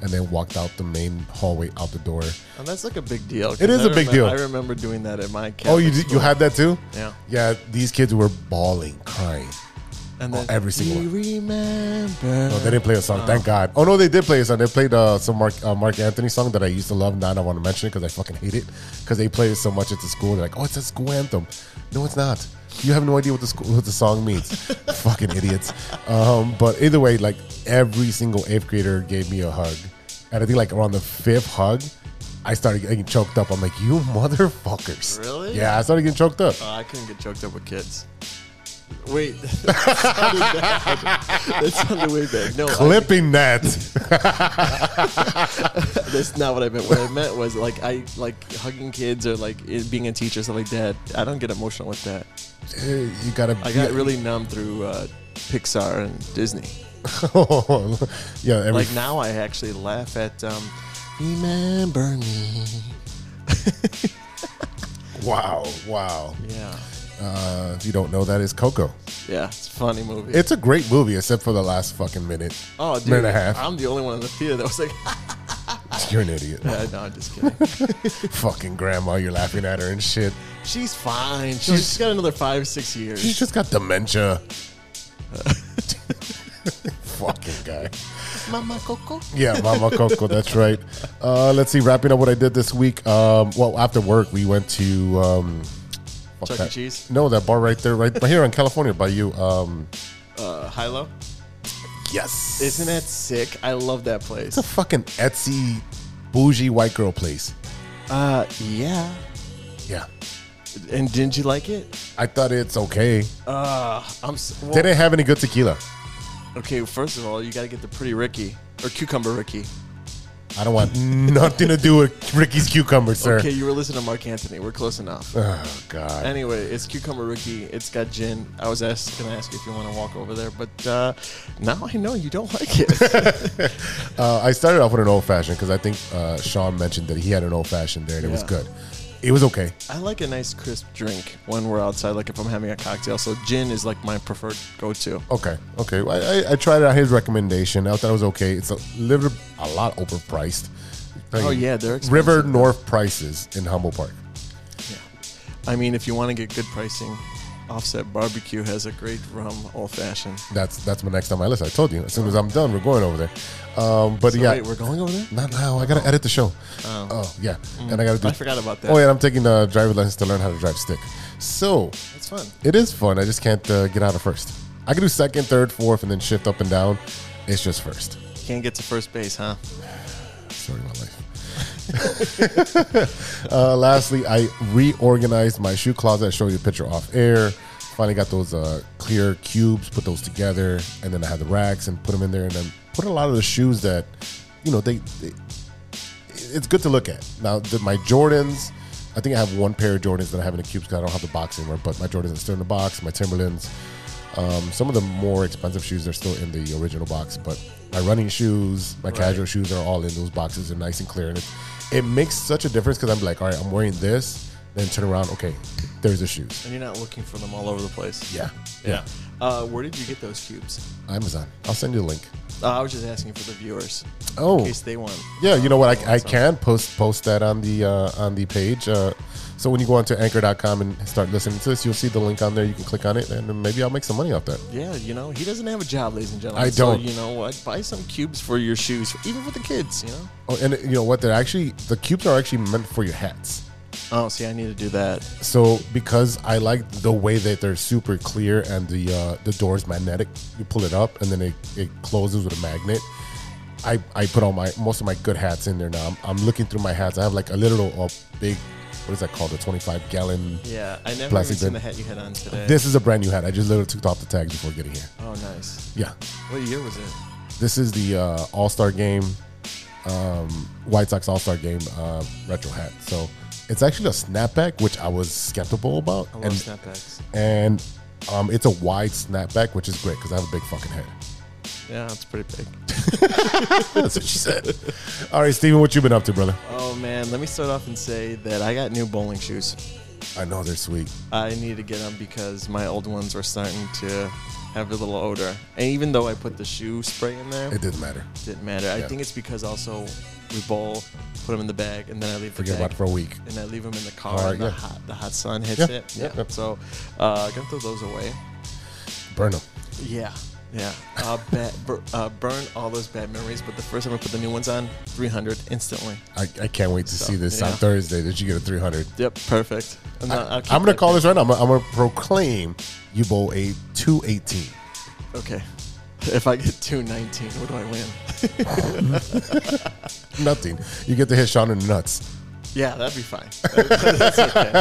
and then walked out the main hallway out the door. And that's like a big deal. 'cause It is I a big remem- deal. I remember doing that at my Oh, you Catholic did, you school. had that too? Yeah. Yeah, these kids were bawling, crying. and oh, every single "You one." remember. No, they didn't play a song. Thank God. Oh no, they did play a song. They played uh, some Mark uh, Mark Anthony song that I used to love. Now I don't want to mention it because I fucking hate it because they played it so much at the school. They're like, "Oh, it's a school anthem." No, it's not. You have no idea what the school, what the song means. fucking idiots. Um, but either way, like every single eighth grader gave me a hug, and I think like around the fifth hug, I started getting choked up. I'm like, "You motherfuckers!" Really? Yeah, I started getting choked up. Oh, I couldn't get choked up with kids. Wait, that sounded bad. That sounded way bad. No, I- Clipping that. that's not what I meant. What I meant was like I like hugging kids or like it- being a teacher stuff like that. I don't get emotional with that. Hey, you gotta. I got really numb through uh, Pixar and Disney. yeah, every, Like now, I actually laugh at um, "Remember Me." wow, wow. Yeah, Uh, if you don't know that, is Coco. yeah, it's a funny movie. It's a great movie, except for the last fucking minute. oh, dude, minute and a half. I'm the only one in the theater that was like, You're an idiot. yeah, no, I'm just kidding. fucking grandma, you're laughing at her and shit. She's fine. She's, she's got another five, six years. She's just got dementia. fucking guy. Mama Coco. Yeah, Mama Coco. That's right. Uh, let's see. Wrapping up what I did this week. Um, well, after work, we went to um, fuck Chuck E. that- Cheese? No, that bar right there, right, right here in California by you. Um, Uh, Hilo. yes, Isn't that sick? I love that place. It's a fucking Etsy bougie white girl place. Uh, yeah. Yeah. And didn't you like it? I thought it's okay. Uh, I'm. s- Well, They didn't have any good tequila. okay, first of all, you gotta get the pretty Ricky or cucumber Ricky. I don't want nothing to do with Ricky's cucumber, sir. Okay, you were listening to Mark Anthony. We're close enough. Oh God. Anyway, it's cucumber Ricky. It's got gin. I was asked, gonna ask you if you want to walk over there, but uh, now I know you don't like it. Uh, I started off with an old fashioned because I think uh, Sean mentioned that he had an old fashioned there and it was Yeah. good. It was okay. I like a nice crisp drink when we're outside, like if I'm having a cocktail. So gin is like my preferred go-to. Okay. Okay. I, I, I tried out his recommendation. I thought it was okay. It's a little, a lot overpriced. Like, Oh, yeah, they're River expensive. North prices in Humble Park. I mean, if you want to get good pricing, Offset Barbecue has a great rum old fashioned. That's that's my next on my list. I told you. As soon as I'm done, we're going over there. Um, but yeah, wait, we're going over there. Mm. Not now. I gotta edit the show. Oh, yeah, and I gotta do. I forgot about that. Oh yeah, and I'm taking the driver lessons to learn how to drive stick. So That's fun. it is fun. I just can't uh, get out of first. I can do second, third, fourth, and then shift up and down. It's just first. Can't get to first base, huh? Story of my life. uh, lastly, I reorganized my shoe closet. I showed you a picture off air. Finally got those uh, clear cubes, put those together, and then I had the racks and put them in there, and then put a lot of the shoes that, you know, they, they it's good to look at. Now, the, my Jordans, I think I have one pair of Jordans that I have in the cubes because I don't have the box anymore. But my Jordans are still in the box. My Timberlands, um, some of the more expensive shoes are still in the original box. But my running shoes, my casual shoes are all in those boxes. They're nice and clear, and it, it makes such a difference because I'm like, all right, I'm wearing this, then turn around, okay, there's the shoes. And you're not looking for them all over the place. Yeah, Yeah. Uh, where did you get those cubes? Amazon. I'll send you a link. Uh, I was just asking for the viewers. Oh. In case they want. Yeah, you know what? I, I So- can post post that on the uh, on the page. Uh, so when you go onto anchor.com and start listening to this, you'll see the link on there. You can click on it, and then maybe I'll make some money off that. Yeah, you know, he doesn't have a job, ladies and gentlemen. I So, don't. you know what? Buy some cubes for your shoes, even for the kids, you know? Oh, and you know what? They're actually the cubes are actually meant for your hats. Oh, see, I need to do that. So because I like the way that they're super clear and the uh, the door is magnetic, you pull it up and then it, it closes with a magnet. I, I put all my most of my good hats in there now. I'm, I'm looking through my hats. I have like a little uh, big, what is that called? A 25 gallon. Yeah, I never Plastic even seen bin. the hat you had on today. This is a brand new hat. I just literally took off the tags before getting here. Oh, nice. Yeah, What year was it? this is the uh, All Star Game, um, White Sox All Star Game uh, retro hat. So it's actually a snapback, which I was skeptical about, I love and snapbacks. and um, it's a wide snapback, which is great because I have a big fucking head. Yeah, it's pretty big. That's what she said. All right, Steven, what you been up to, brother? Oh man, let me start off and say that I got new bowling shoes. I know they're sweet. I need to get them because my old ones were starting to have a little odor. And even though I put the shoe spray in there, It it didn't matter. didn't matter. I Yeah. think it's because also we bowl, put them in the bag, and then I leave Forget the bag about it for a week. and I leave them in the car. Alright, and the, yeah. hot, the hot sun hits Yeah, it. yeah, Yeah. yeah. So uh, I can throw those away. Burn them. Yeah. Yeah. Uh, bad, bur- uh, burn all those bad memories. But the first time I put the new ones on, 300 instantly. I, I can't wait to So, see this on yeah. Thursday. Did you get a 300? Yep. Perfect. And then I'll I, am keep going to that call big- this right now. I'm going to proclaim you bowl a 218. Okay. If I get 219, what do I win? Nothing. You get to hit Sean in the nuts. Yeah, that'd be fine. that's okay.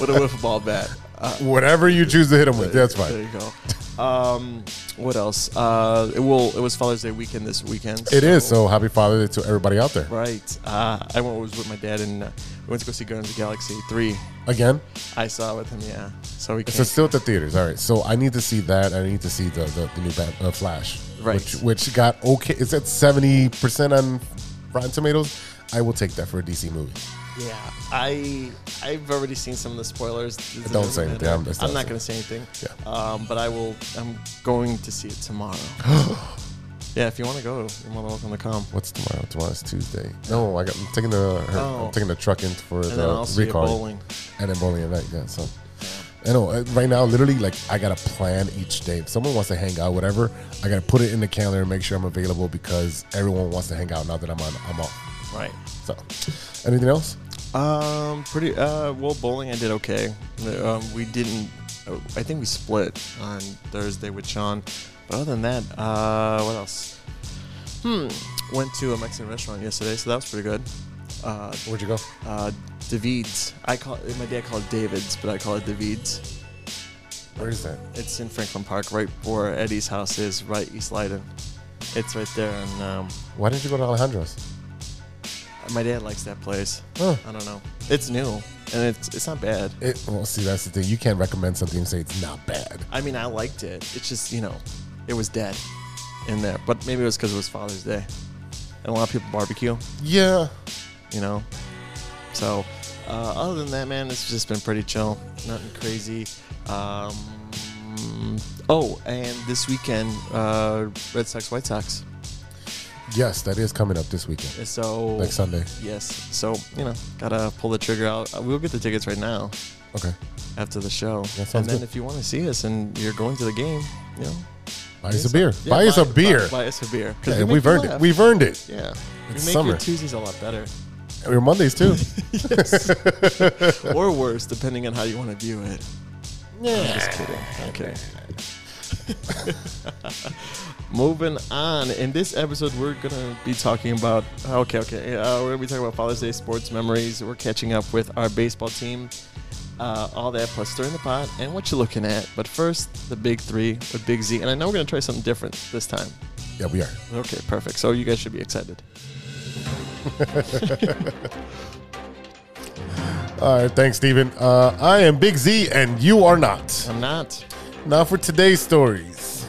With a wiffle ball bat. Uh, Whatever you choose to hit him with, that's There you fine. go. Um, what else? Uh, it will. It was Father's Day weekend this weekend. It is. So happy Father Day to everybody out there. Right. Uh, I went was with my dad and uh, we went to go see Guardians of the Galaxy three. Again, I saw it with him. Yeah. So we so can't. still at the theaters. All right. So I need to see that. I need to see the, the, the new Bat, uh, Flash, Right. Which, which got okay. It's at 70% on Rotten Tomatoes. I will take that for a DC movie. yeah. I I've already seen some of the spoilers. Does it Don't say matter? anything. I'm just I'm not not going to say anything. Yeah. Um, but I will. I'm going to see it tomorrow. yeah. If you want to go, you're more than welcome to come. What's tomorrow? Tomorrow's Tuesday. No, I got, I'm taking the her, Oh. I'm taking the truck in for And the then I'll see you recall bowling. and then bowling at night. Yeah, so. I know. uh, Right now, literally, like I gotta plan each day. If someone wants to hang out, whatever, I gotta put it in the calendar and make sure I'm available because everyone wants to hang out now that I'm on. I'm off. Right. So, anything else? Um, pretty. Uh, well, bowling I did okay. Um, we didn't. I think we split on Thursday with Sean. But other than that, uh, what else? Hmm. Went to a Mexican restaurant yesterday, so that was pretty good. Uh, Where'd you go? uh, David's. I call it, my dad called it David's, but I call it David's. Where is that? It's in Franklin Park, right where Eddie's house is, right East Leiden. It's right there, and um, Why didn't you go to Alejandro's? my dad likes that place. Huh. I don't know. It's new, and it's it's not bad. It, well, see, that's the thing. You can't recommend something and say it's not bad. I mean, I liked it. It's just, you know, it was dead in there. But maybe it was because it was Father's Day. And a lot of people barbecue, Yeah, you know? So, uh, other than that, man, it's just been pretty chill. Nothing crazy. Um, oh, and this weekend, uh, Red Sox, White Sox. yes, that is coming up this weekend, So, next Sunday. yes. So, you know, gotta pull the trigger out. Uh, We'll get the tickets right now Okay, after the show. sounds and then good. if you want to see us and you're going to the game, you know, buy us a beer. Yeah, buy us a beer. Buy, buy us a beer. 'Cause Yeah, we make we've you earned it. laugh. We've earned it. yeah. We make It's summer. your Tuesdays a lot better, Or Mondays too. or worse, depending on how you want to view it. Yeah. I'm just kidding. Okay. Moving on. In this episode, we're gonna be talking about okay, okay. Uh, we're gonna be talking about Father's Day sports memories. We're catching up with our baseball team. Uh, all that plus stirring the pot and what you're looking at. But first, the big three with Big Z. And I know we're gonna try something different this time. yeah, we are. Okay, perfect. So you guys should be excited. All right, thanks, Steven. Uh, I am Big Z, and you are not. I'm not. Now for today's stories.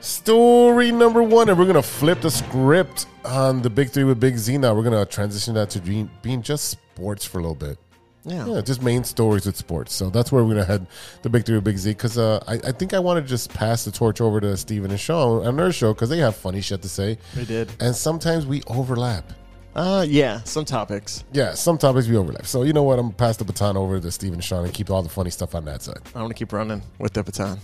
Story number one, and we're gonna flip the script on the Big Three with Big Z. Now we're gonna transition that to being, being just sports for a little bit. Yeah. Yeah, just main stories with sports. So that's where we're gonna head the big three with Big Z because uh, I, I think I want to just pass the torch over to Steven and Sean on their show because they have funny shit to say. They did. and sometimes we overlap. Uh, yeah, some topics. Yeah, some topics we overlap. So you know what? I'm gonna pass the baton over to Steven and Sean and keep all the funny stuff on that side. I want to keep running with the baton.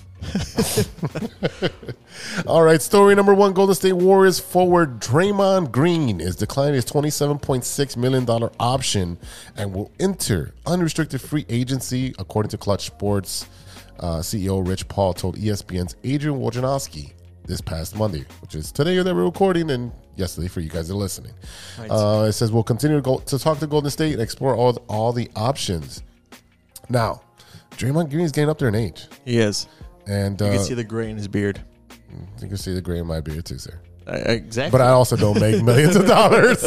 All right, story number one: Golden State Warriors forward Draymond Green is declining his twenty-seven point six million dollar option and will enter unrestricted free agency, according to Clutch Sports uh, CEO Rich Paul told E ESPN's Adrian Wojnarowski this past Monday, which is today that we're recording, and yesterday for you guys that are listening. Uh, it says we'll continue to, go, to talk to Golden State and explore all all the options. Now, Draymond Green is getting up there in age, He is. and uh, You can see the gray in his beard. you can see the gray in my beard too, sir. I, I- exactly. but I also don't make millions of dollars.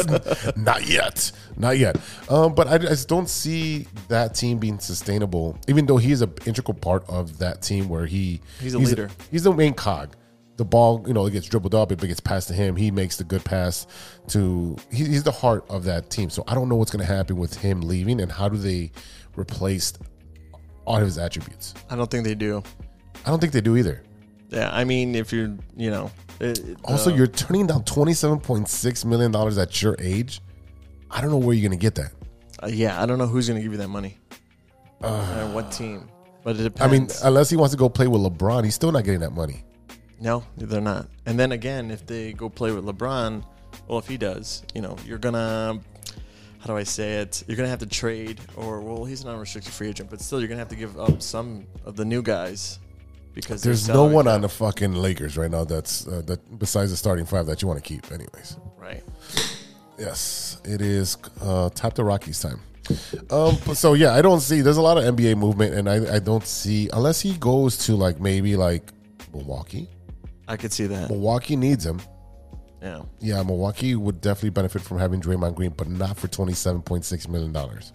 Not yet. Not yet. Um, but I, I just don't see that team being sustainable, even though he is an integral part of that team where he He's a leader. he's the main cog. the ball, you know, it gets dribbled up, it gets passed to him. He makes the good pass to. He, he's the heart of that team. So I don't know what's going to happen with him leaving and how do they replace all his attributes. I don't think they do. I don't think they do either. Yeah, I mean, if you're, you know, it, it- Also, uh, you're turning down twenty seven point six million dollars at your age. I don't know where you're going to get that. uh, yeah, I don't know who's gonna give you that money, and what team, but it Uh, I mean, depends. unless he wants to go play with LeBron, he's still not getting that money. no, they're not. And then again, if they go play with LeBron, well, if he does, you know, you're gonna, how do I say it? You're gonna have to trade, or well, he's an unrestricted free agent, but still, you're gonna have to give up some of the new guys because There's their no salary one cap- on the fucking Lakers right now that's uh, that besides the starting five that you want to keep, anyways. right. Yes, it is uh, top the Rockies time. Um, but so yeah, I don't see. There's a lot of NBA movement, and I, I don't see unless he goes to like maybe like Milwaukee. I could see that. Milwaukee needs him. Yeah. Yeah, Milwaukee would definitely benefit from having Draymond Green, but not for twenty seven point six million dollars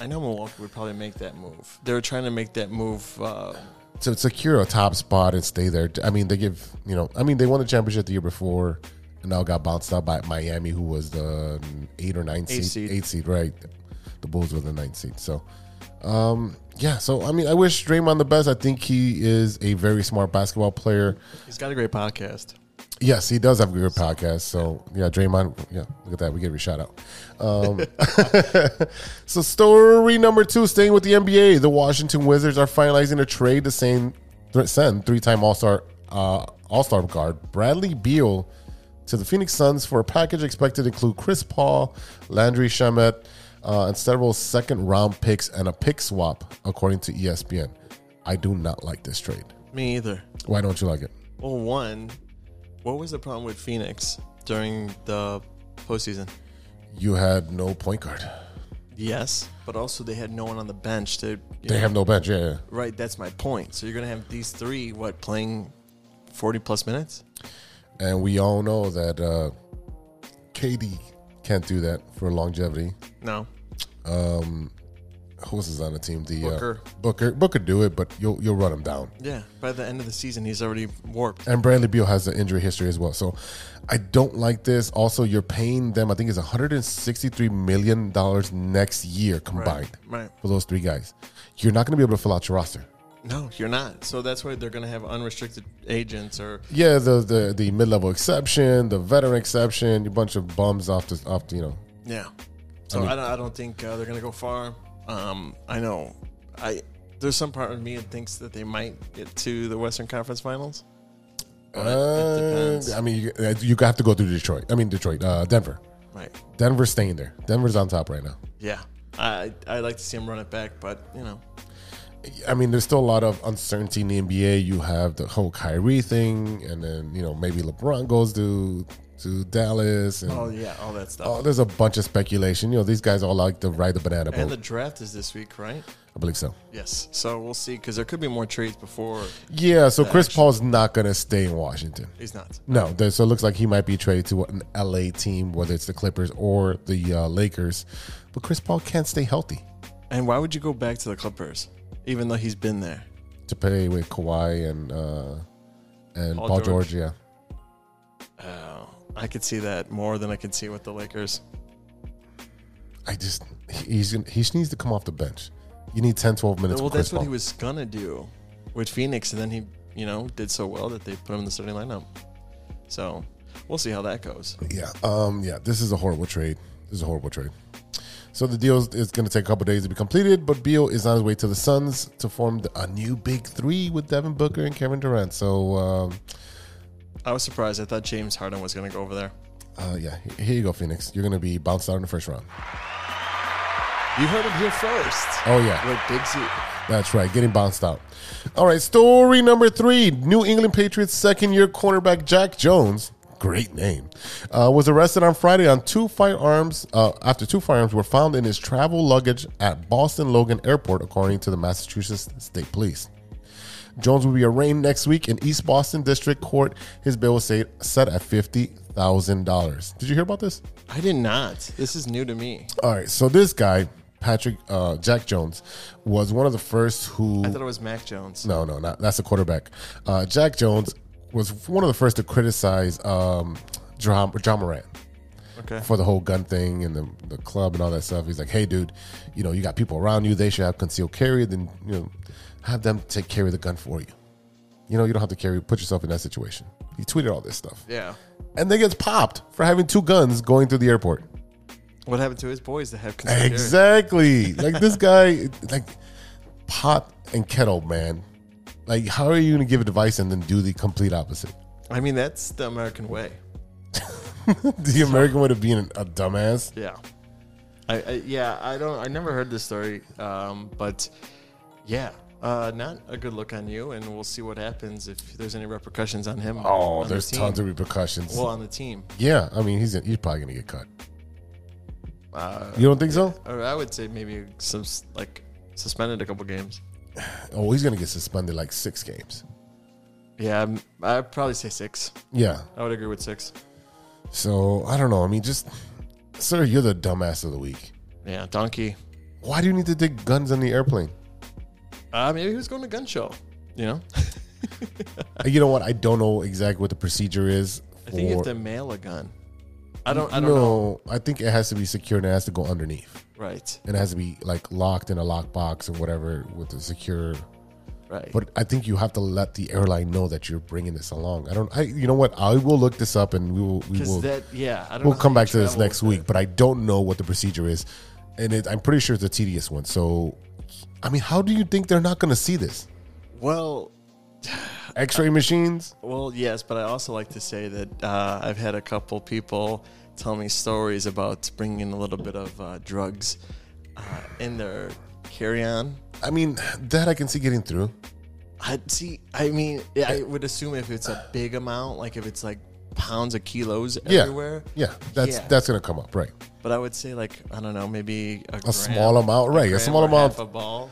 I know Milwaukee would probably make that move. They were trying to make that move. Uh, to secure a top spot and stay there. I mean, they give you know. I mean, they won the championship the year before, and now got bounced out by Miami, who was the eight or nine Eight seed, seed. eight seed, right? The Bulls were the ninth seed. So, um, yeah. So I mean, I wish Draymond the best. I think he is a very smart basketball player. he's got a great podcast. Yes, he does have a good podcast. So yeah, Draymond. Yeah, look at that. We get a shout out. Um, so story number two, staying with the NBA, the Washington Wizards are finalizing a trade to send, send three-time All-Star uh, All-Star guard Bradley Beal to the Phoenix Suns for a package expected to include Chris Paul, Landry Shamet, uh, and several second-round picks and a pick swap, according to E ESPN. I do not like this trade. Me either. Why don't you like it? Well, one, what was the problem with Phoenix during the postseason? You had no point guard. Yes, but also they had no one on the bench to. you They know- have no bench. Yeah, yeah. Right, that's my point. So you're gonna have these three what playing forty plus minutes? and we all know that uh, KD can't do that for longevity. No, Who else is on the team? The uh, Booker. Booker, Booker, do it, but you'll you'll run him down. yeah. By the end of the season, he's already warped. And Bradley Beal has an injury history as well, so I don't like this. Also, you're paying them. I think it's 163 million dollars next year combined right. for those three guys. You're not going to be able to fill out your roster. No, you're not. So that's why they're gonna have unrestricted agents or Yeah, the the the mid level exception, the veteran exception, a bunch of bums off the off the, you know Yeah. So I, don't. I don't think uh, they're gonna go far. Um, I know. I there's some part of me that thinks that they might get to the Western Conference Finals. But it depends. Uh, I mean, you, uh, you have to go through Detroit. I mean, Detroit, uh, Denver. Right. Denver's staying there. Denver's on top right now. Yeah. I I like to see them run it back, but you know, I mean, there's still a lot of uncertainty in the NBA. You have the whole Kyrie thing, and then you know maybe LeBron goes to to Dallas. And, oh oh, yeah, all that stuff. there's a bunch of speculation. You know, these guys all like to ride the banana boat. and the draft is this week, right? I believe so. Yes. So we'll see, because there could be more trades before. Yeah. So Chris Paul's not gonna stay in Washington. He's not. No, there, so it looks like he might be traded to an LA team, whether it's the Clippers or the uh, Lakers. But Chris Paul can't stay healthy. And why would you go back to the Clippers, even though he's been there? to play with Kawhi and uh, and Paul, Paul George. George. Yeah, Oh. I could see that more than I could see with the Lakers. I just he's gonna- he needs to come off the bench. You need 10, 12 minutes. well, with Chris that's what he Paul. was gonna do with Phoenix, and then he, you know, did so well that they put him in the starting lineup. So we'll see how that goes. Yeah, um, yeah. This is a horrible trade. This is a horrible trade. So the deal is- is going to take a couple days to be completed, but Beal is on his way to the Suns to form the, a new big three with Devin Booker and Kevin Durant. So, um, I was surprised. I thought James Harden was gonna go over there. uh, yeah, he- here you go, Phoenix. You're going to be bounced out in the first round. You heard him here first. Oh yeah, With Big Z. That's right, getting bounced out. All right, story number three New England Patriots second year cornerback Jack Jones, great name, uh, was arrested on Friday on two firearms uh, after two firearms were found in his travel luggage at Boston Logan Airport, according to the Massachusetts State Police. Jones will be arraigned next week in East Boston District Court. His bail was set set at $50,000. Did you hear about this? I did not. This is new to me. All right, so this guy, Patrick uh, Jack Jones, was one of the first who. I thought it was Mac Jones. No, no, not that's the quarterback. Uh, Jack Jones was one of the first to criticize um, John, John Moran Okay. for the whole gun thing and the, the club and all that stuff. He's like, hey, dude, you know, you got people around you. They should have concealed carry. Then, you know, have them take care of the gun for you. You know, you don't have to carry. Put yourself in that situation. He tweeted all this stuff. Yeah. And then gets popped for having two guns going through the airport. What happened to his boys that have concealed carry? Exactly. like this guy, like pot and kettle, man. Like, how are you going to give advice and then do the complete opposite? I mean, that's the American way. The American way of being a dumbass. Yeah. I, I yeah, I don't I never heard this story. Um, but yeah. Uh, not a good look on you, and we'll see what happens if there's any repercussions on him. Oh, on the there's team. tons of repercussions. well on the team. yeah, I mean, he's he's probably gonna get cut. Uh, you don't think so? Or I would say maybe some s- like suspended a couple games. Oh, he's gonna get suspended like six games. Yeah, I'm- I'd probably say six. Yeah. I would agree with six. So I don't know. I mean, just sir, you're the dumbass of the week. Yeah, donkey. Why do you need to take guns on the airplane? Uh, maybe he was going to gun show. You know, you know what? I don't know exactly what the procedure is. I think you have for- to mail a gun. I don't. I don't no, know. I think it has to be secure and it has to go underneath. Right. It has to be like locked in a lockbox or whatever with a secure. Right. But I think you have to let the airline know that you're bringing this along. I don't. I you know what? I will look this up and we will. We will. because that. Yeah. I don't. we'll know come how you back to this travel next with week. But I don't know what the procedure is, and it, I'm pretty sure it's a tedious one. So, I mean, how do you think they're not going to see this? that. Well. X-ray machines. Well, yes, but I also like to say that uh, I've had a couple people tell me stories about bringing in a little bit of uh, drugs uh, in their carry-on. I mean, that I can see getting through. I see. I mean, yeah, I would assume if it's a big amount, like if it's like pounds or kilos Yeah. everywhere. Yeah. That's Yeah. that's going to come up, right? But I would say like I don't know, maybe a, A small amount, right? A small amount. half a ball.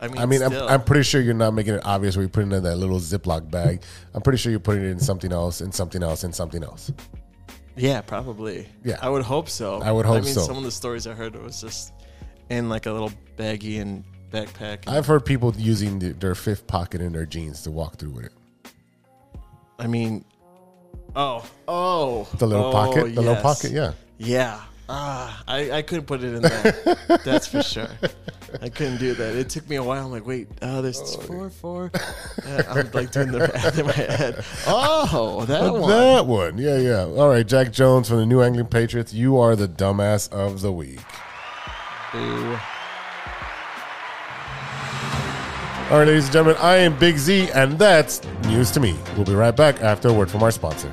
I mean, I mean, I'm, still. I'm pretty sure you're not making it obvious where you're putting it in that little Ziploc bag. I'm pretty sure you're putting it in something else and something else and something else. yeah, probably. Yeah. I would hope so. I would hope I mean, so. some of the stories I heard it was just in like a little baggie and backpack. I, I've heard people using the, their fifth pocket in their jeans to walk through with it. mean, oh, oh, The little oh, pocket, the little yes. pocket, yeah. Yeah. Ah, I, I couldn't put it in there. That's for sure. I couldn't do that. It took me a while. I'm like, wait, uh, there's Oh, four, four. Uh, I'm like doing the math in my head. Oh, that one. That one, yeah, yeah. All right, Jack Jones from the New England Patriots, you are the dumbass of the week. Boo. All right, ladies and gentlemen, I am Big Z, and that's news to me. We'll be right back after a word from our sponsor.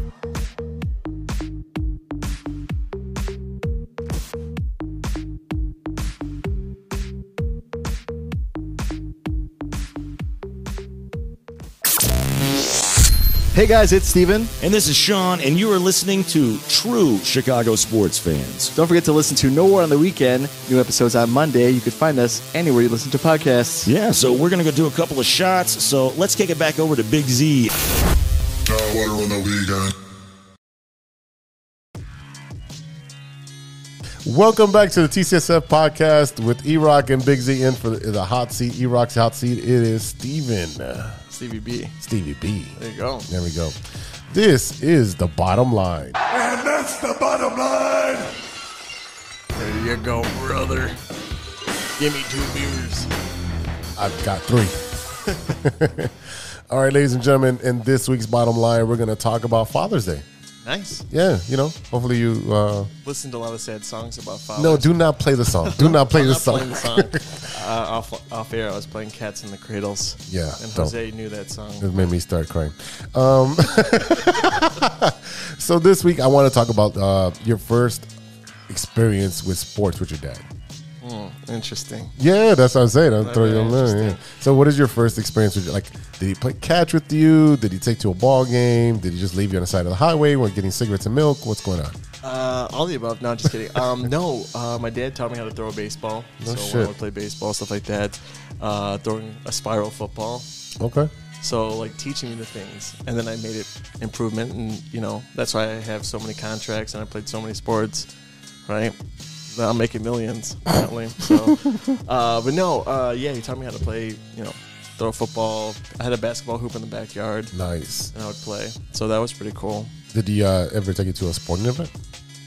Hey guys, it's Steven. And this is Sean, and you are listening to True Chicago Sports Fans. Don't forget to listen to No War on the Weekend. New episodes on Monday. You can find us anywhere you listen to podcasts. Yeah, so we're going to go do a couple of shots. So let's kick it back over to Big Z. Water on the weekend. Welcome back to the TCSF podcast with E Rock and Big Z in for the, the hot seat. E Rock's hot seat. It is Steven. Uh, Stevie B. Stevie B. There you go. There we go. This is the bottom line. And that's the bottom line. There you go, brother. Give me two beers. I've got three. All right, ladies and gentlemen, in this week's bottom line, we're going to talk about Father's Day. Nice. Yeah, you know. Hopefully you. Uh, Listened to a lot of sad songs about fathers. no, do not play the song. Do not play I'm the not song. playing the song. uh, off, off air, I was playing Cats in the Cradles. Yeah, And don't. Jose knew that song. It made me start crying. Um, so this week I want to talk about uh, your first experience with sports with your dad. Interesting. Yeah, that's what I'm saying. I'm throwing you Very on there. Yeah. interesting. So, what is your first experience with like? Did he play catch with you? Did he take you to a ball game? Did he just leave you on the side of the highway when getting cigarettes and milk? What's going on? Uh, all the above. No, just kidding. Um, no, uh, my dad taught me how to throw a baseball. No so when shit. I would play baseball, stuff like that, uh, throwing a spiral football. Okay. So like teaching me the things, and then I made it improvement, and you know that's why I have so many contracts and I played so many sports, right? Now I'm making millions apparently. so, uh, but no, uh, yeah, he taught me how to play. You know, throw football. I had a basketball hoop in the backyard, Nice. and I would play. So that was pretty cool. Did he uh, ever take you to a sporting event?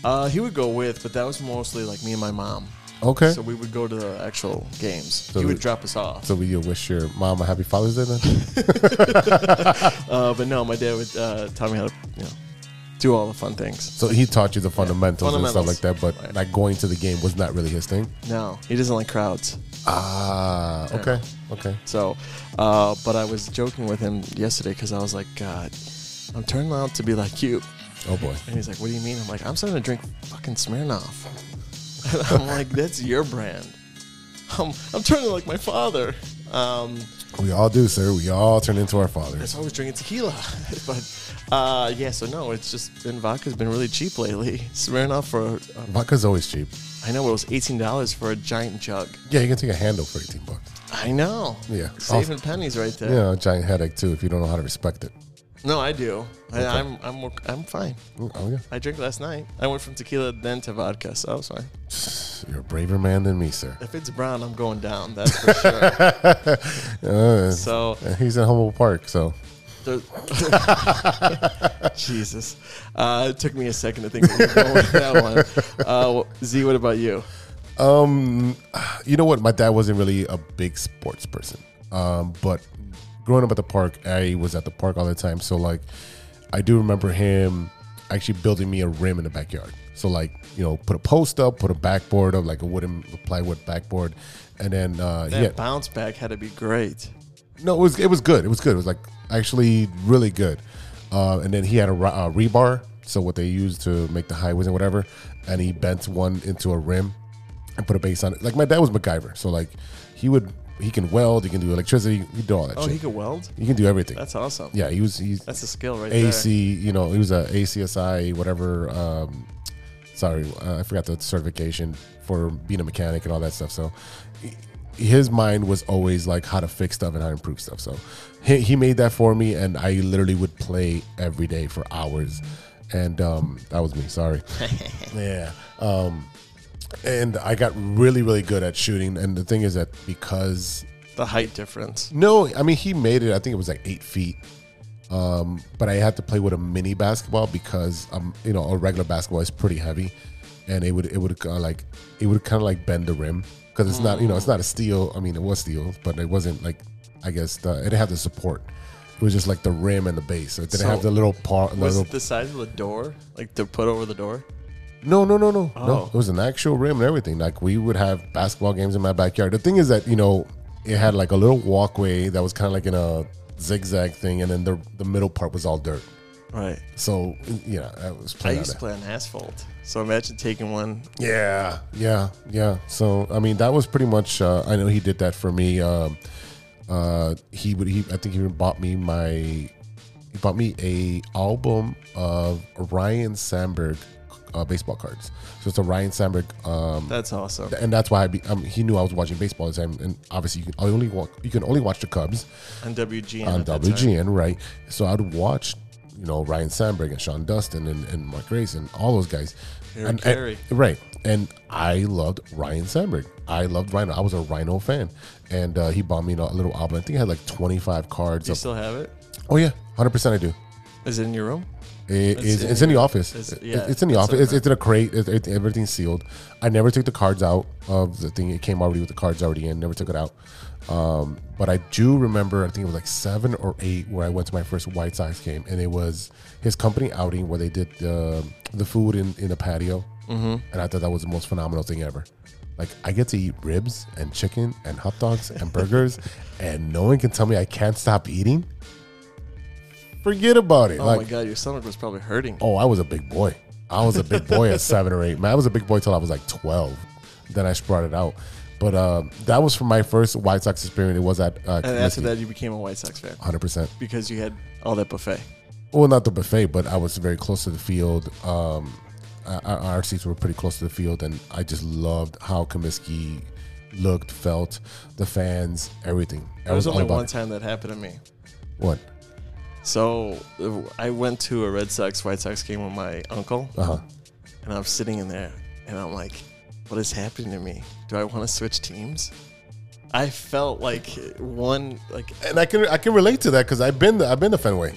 Uh, he would go with, but that was mostly like me and my mom. Okay. So So, we would go to the actual games. So he we- would drop us off. will you wish your mom a happy Father's Day then? Uh, but no, my dad would uh, tell me how to, you know, do all the fun things. so he taught you the fundamentals, and fundamentals. stuff like that, but like going to the game was not really his thing. No, he doesn't like crowds. Ah. Okay. Okay. So, uh, but I was joking with him yesterday because I was like, God, I'm turning out to be like you. Oh boy. And he's like, What do you mean? I'm like, I'm starting to drink fucking Smirnoff. And I'm like, That's your brand. I'm, I'm turning like my father. Um, We all do, sir. We all turn into our fathers. That's why I was drinking tequila. but uh, yeah, so no, it's just been vodka's been really cheap lately. Smirnoff for uh, Vodka's always cheap. I know it was eighteen dollars for a giant jug. Yeah, you can take a handle for eighteen bucks. I know. Yeah. saving pennies right there. You know, a giant headache too if you don't know how to respect it. No, I do. I, I'm I'm I'm fine. Ooh, Oh yeah. I drank last night. I went from tequila then to vodka, so I was fine. You're a braver man than me, sir. If it's brown, I'm going down. That's for sure. Uh, so And He's in Humble Park, so There- Jesus, uh, it took me a second to think where we were going with that one. Uh, Z, what about you? you know what? My dad wasn't really a big sports person, um, but growing up at the park, I was at the park all the time. So like, I do remember him actually building me a rim in the backyard. So like, you know, put a post up, put a backboard up, like a wooden plywood backboard, and then uh, That yeah, bounce back had to be great. no, it was it was good. It was good. It was like actually really good. Uh, and then he had a re- uh, rebar, so what they use to make the highways and whatever, and he bent one into a rim and put a base on it. Like my dad was MacGyver, so like he would he can weld, he can do electricity, he can do all that. Oh, shit. he could weld. He can do everything. That's awesome. yeah. He was he's that's a skill right there. AC, you know, he was a ACSI, whatever. Um, sorry, uh, I forgot the certification for being a mechanic and all that stuff. So h- his mind was always like how to fix stuff and how to improve stuff. So he, he made that for me, and I literally would play every day for hours. And um, that was me. Sorry. yeah. Um, and I got really, really good at shooting. And the thing is that because The height difference. no, I mean he made it. I think it was like eight feet. Um, but I had to play with a mini basketball because um, you know, a regular basketball is pretty heavy, and it would it would uh, like it would kind of like bend the rim because it's not you know it's not a steel. I mean it was steel, but it wasn't like I guess the, it didn't have the support. It was just like the rim and the base. So it didn't So, have the little part. the Was little- it the size of the door? Like to put over the door? no, no, no, no, no. Oh. It was an actual rim and everything. Like we would have basketball games in my backyard. The thing is that you know it had like a little walkway that was kind of like in a zigzag thing, and then the the middle part was all dirt. Right. So yeah, I was I playing. used to out there. play on asphalt. So imagine taking one. Yeah, yeah, yeah. So I mean, that was pretty much. Uh, I know he did that for me. Um, uh, he would. He I think he even bought me my. He bought me a album of Ryan Sandberg uh, baseball cards. So it's a Ryan Sandberg um, That's awesome. and that's why I be, um, he knew I was watching baseball at the time. And obviously, you can only walk, you can only watch the Cubs On WGN. on at that time. WGN, right? So I'd watch, you know, Ryan Sandberg and Sean Dustin and, and Mark Grace and all those guys. Harry and, Carey. and- right. And I loved Ryan Sandberg. I loved Rhino. I was a Rhino fan. And uh, he bought me you know, a little album. I think it had like 25 cards. Do you Of, still have it? oh, yeah. 100% I do. Is it in your room? It It's is- in Eh, it's in the your- office. it's- It's, yeah, it's in the it's office. in It's, there. it's in a crate. It's, it's- everything's sealed. I never took the cards out of the thing. It came already with the cards already in. Never took it out. Um, but I do remember. I think it was like seven or eight where I went to my first White Sox game, and it was his company outing where they did the the food in in the patio, mm-hmm. and I thought that was the most phenomenal thing ever. Like I get to eat ribs and chicken and hot dogs and burgers, and no one can tell me I can't stop eating. Forget about it. Oh like my god, your stomach was probably hurting. Oh, I was a big boy. I was a big boy at seven or eight. Man, I was a big boy till I was like twelve. Then I sprouted out. But uh, that was from my first White Sox experience. It was at uh, and after that, you became a White Sox fan hundred percent. because you had all that buffet. Well, not the buffet, but I was very close to the field. Um, our, our- our seats were pretty close to the field, and I just loved how Comiskey looked, felt, the fans, everything. I There was all only about one it. time that happened to me. What? So uh, I went to a Red Sox White Sox game with my uncle, Uh huh. and I'm sitting in there, and I'm like, "What is happening to me? Do I want to switch teams?" I felt like one like eh, And I can I can relate to that because I've been to, I've been to Fenway.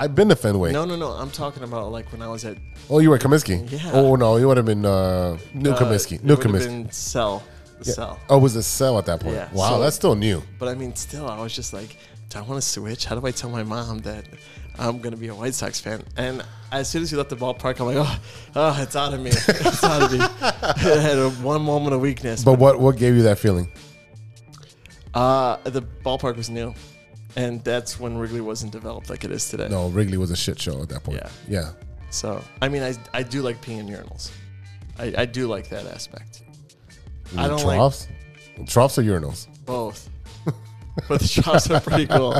I've been to Fenway. no no no. I'm talking about like when I was at Oh, you were Comiskey. Yeah. Oh no, you would have been uh, new uh, Comiskey. it New would have Comiskey. been Cell the Cell. Oh, it was a cell at that point. Yeah, Wow, so- that's still new. But I mean, still, I was just like, do I want to switch? How do I tell my mom that I'm going to be a White Sox fan? And as soon as you left the ballpark, I'm like, oh, oh it's out of me. It's out of me. I had a, one moment of weakness. But what what gave you that feeling? uh, the ballpark was new. And that's when Wrigley wasn't developed like it is today. No, Wrigley was a shit show at that point. Yeah. Yeah. So, I mean, I, I do like peeing in urinals. I, I do like that aspect. I don't like- troughs. Troughs or urinals? Both. But the shops are pretty cool.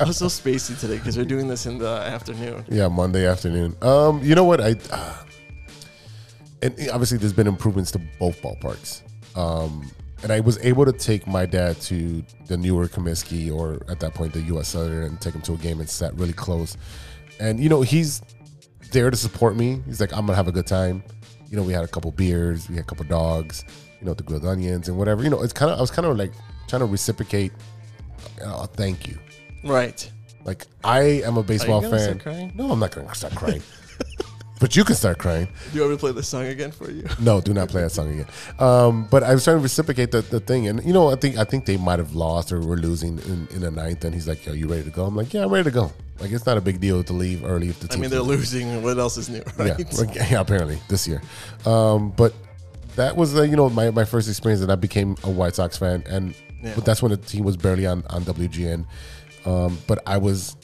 I was so spacey today because they're doing this in the afternoon. Yeah, Monday afternoon. Um, you know what? I uh, and obviously there's been improvements to both ballparks. Um, and I was able to take my dad to the newer Comiskey or at that point the U.S. Southern and take him to a game and sat really close. And you know he's there to support me. He's like, I'm gonna have a good time. You know, we had a couple beers, we had a couple dogs, you know, the grilled onions and whatever. You know, it's kind of I was kind of like trying to reciprocate. Uh, thank you. Right. Like I am a baseball gonna fan. start crying? No, I'm not gonna start crying. but you can start crying. Do you want me to play this song again for you? No, do not play that song again. Um, but I was trying to reciprocate the, the thing, and you know, I think I think they might have lost or were losing in, in the ninth. And he's like, "Yo, you ready to go?" I'm like, "Yeah, I'm ready to go." Like it's not a big deal to leave early if the I team. mean, they're losing. What else is new, right? Yeah, like, yeah, apparently this year. Um, but that was uh, you know my, my first experience, and I became a White Sox fan, and Yeah. but that's when the team was barely on on WGN. Um, but I was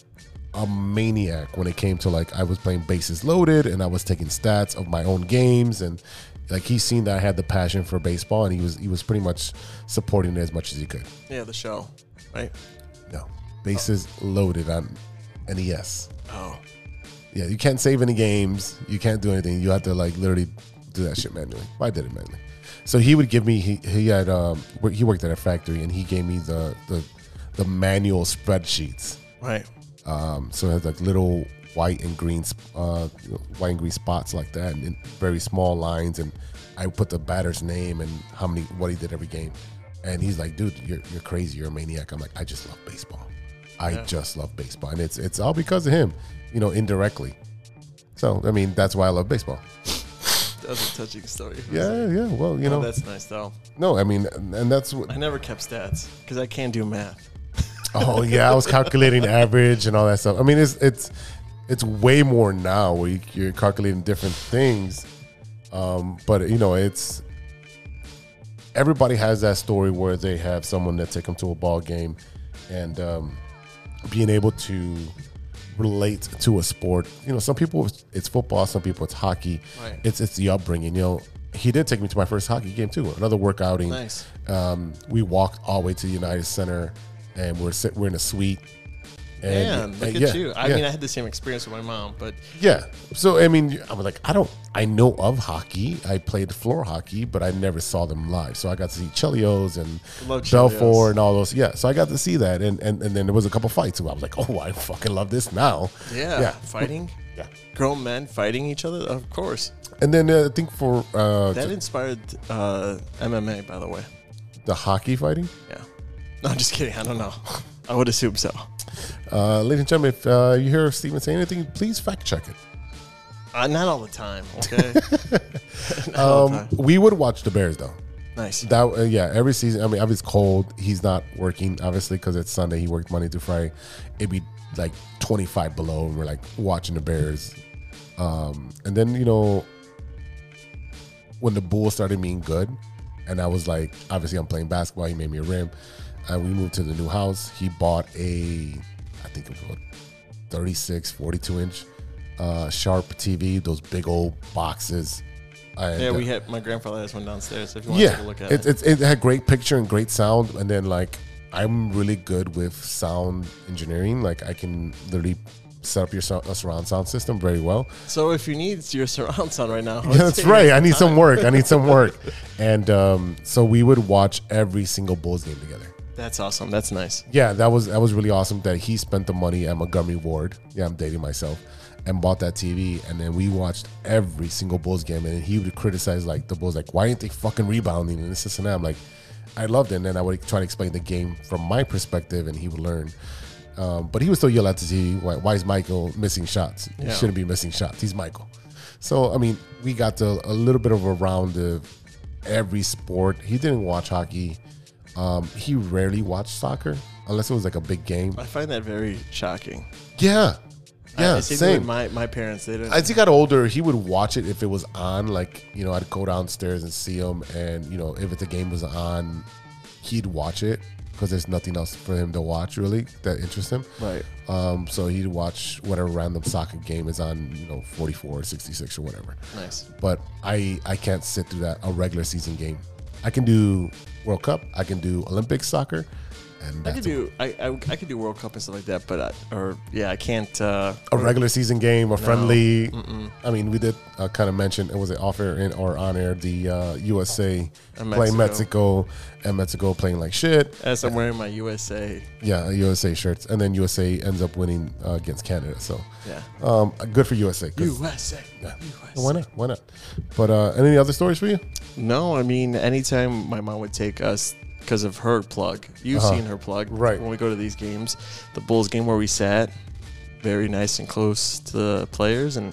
a maniac when it came to like I was playing bases loaded, and I was taking stats of my own games, and like he seen that I had the passion for baseball, and he was he was pretty much supporting it as much as he could. Yeah, the show, right? No, bases loaded on NES. Oh, yeah. You can't save any games. You can't do anything. You have to like literally do that shit manually. I did it manually. So he would give me. He, he had um wor- he worked at a factory and he gave me the the the manual spreadsheets. Right. Um, so it has like little white and green, sp- uh, you know, white and green spots like that, and in very small lines. And I put the batter's name and how many, what he did every game. And he's like, "Dude, you're you're crazy. You're a maniac." I'm like, "I just love baseball. I just love baseball, and it's it's all because of him, you know, indirectly." So I mean, that's why I love baseball. That was a touching story. Yeah, yeah. Well, you Oh, know, that's nice though. no, I mean, and that's what. I never kept stats because I can't do math. Oh yeah, I was calculating average and all that stuff. I mean, it's it's it's way more now where you, you're calculating different things. Um, but you know, it's everybody has that story where they have someone that take them to a ball game, and um, being able to relate to a sport. You know, some people it's- it's football, some people it's hockey. Right. It's it's the upbringing. You know, he did take me to my first hockey game too. Another work outing. Nice. Um, we walked all the way to the United Center, and we're sit, we're in a suite. Man, and- look and at yeah, you. I yeah. mean, I had the same experience with my mom, but Yeah. So I mean, I was like, I don't, I know of hockey. I played floor hockey, but I never saw them live. So I got to see Chelios and Love Chelios. Belfour and all those. Yeah. So I got to see that, and and, and then there was a couple fights. Where I was like, oh, I fucking love this now. yeah, Yeah. fighting. Yeah. Grown men fighting each other, of course. And then uh, I think for uh, That inspired uh, MMA, by the way. the hockey fighting. Yeah. No, I'm just kidding. I don't know. I would assume so. Uh, ladies and gentlemen, if uh, you hear Steven say anything, please fact check it. Uh, not all the time, okay? Not all the Um, time. we would watch the Bears though. Nice. That uh, yeah, every season. I mean, obviously it's cold. He's not working obviously because it's Sunday. He worked Monday through Friday. It'd be like twenty five below, and we're like watching the Bears. Um, and then you know when the Bulls started being good, and I was like, obviously I'm playing basketball. He made me a rim, and we moved to the new house. He bought a, I think it was a 36, 42 inch uh, sharp TV, those big old boxes. And, Yeah, we uh, had my grandfather has one downstairs. If you want to yeah, take a look at it, it, it, it had great picture and great sound. And then, like, I'm really good with sound engineering. Like, I can literally set up your sou- a surround sound system very well. So if you need your surround sound right now, Yeah, that's right. I need some work. I need some work. And um, so we would watch every single Bulls game together. That's awesome. That's nice. Yeah, that was that was really awesome that he spent the money at Montgomery Ward. Yeah, I'm dating myself. And bought that TV, and then we watched every single Bulls game. And he would criticize like the Bulls, like why ain't they fucking rebounding and this, this, and that. I'm like, I loved it. And then I would try to explain the game from my perspective, and he would learn. Um, but he would still yell at the TV, why, why is Michael missing shots? He Yeah. shouldn't be missing shots. He's Michael. So I mean, we got to a little bit of a round of every sport. He didn't watch hockey. Um, he rarely watched soccer unless it was like a big game. I find that very shocking. Uh, Yeah, yeah, I, it's even same. with My my parents they didn't. As he got older, he would watch it if it was on. Like you know, I'd go downstairs and see him, and you know, if the game was on, he'd watch it because there's nothing else for him to watch really that interests him. Right. Um, so he'd watch whatever random soccer game is on, you know, 44 or 66 or whatever. nice. But I I can't sit through that a regular season game. I can do World Cup. I can do Olympic soccer. And I that's could do I, I I could do World Cup and stuff like that, but I, or yeah, I can't. Uh, a regular season game, a friendly. I mean, we did uh, kind of mention it was it off air and, or on air the uh, USA And playing Mexico. Mexico and Mexico playing like shit. as I'm wearing my USA, Yeah, USA shirts, and then USA ends up winning uh, against Canada. So, Yeah. um, good for USA. 'cause- USA, yeah. USA. Why not? Why not? But uh, any other stories for you? No, I mean, anytime my mom would take us because of her plug, you've seen her plug, Uh-huh. Right. When we go to these games, the Bulls game where we sat, very nice and close to the players, and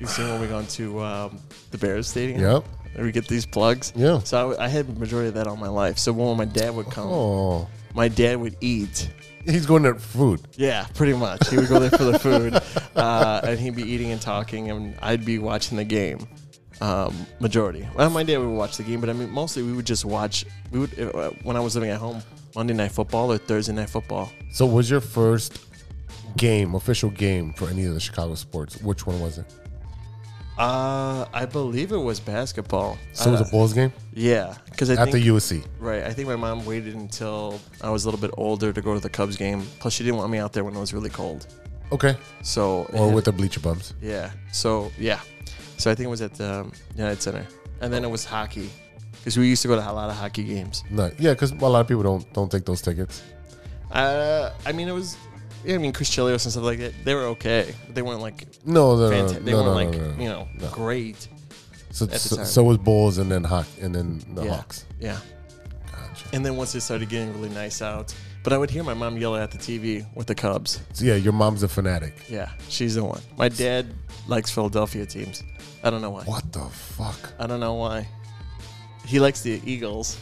you've seen when we gone to um, the Bears stadium. Yep. and We get these plugs. Yeah. So I w- I, had the majority of that all my life. So when my dad would come, Oh, my dad would eat. he's going to food. Yeah, pretty much. He would go there for the food, uh, and he'd be eating and talking, and I'd be watching the game. Um, majority. Well, my dad would watch the game, but I mean, mostly we would just watch. We would uh, when I was living at home, Monday night football or Thursday night football. So, was your first game official game for any of the Chicago sports? Which one was it? Uh, I believe it was basketball. So it was Uh, a Bulls game Yeah, because I at think the USC. Right. I think my mom waited until I was a little bit older to go to the Cubs game. Plus, she didn't want me out there when it was really cold. Okay, So or and- with the bleacher bumps. Yeah. So yeah. So I think it was at the United Center, and then it was hockey, because we used to go to a lot of hockey games. No, yeah, because a lot of people don't don't take those tickets. Uh, I mean, it was. Yeah, I mean, Chris Chelios and stuff like that. They were okay. But they weren't like. No, no, no, no, Fanta- they no, weren't no, like no, no. you know No. great. So, the so, time. so was Bulls and then Hawk and then the yeah. Hawks. Yeah. Gotcha. And then once it started getting really nice out, but I would hear my mom yell at the TV with the Cubs. So yeah, your mom's a fanatic. Yeah, she's the one. My dad likes Philadelphia teams. I don't know why. What the fuck? I don't know why. He likes the Eagles.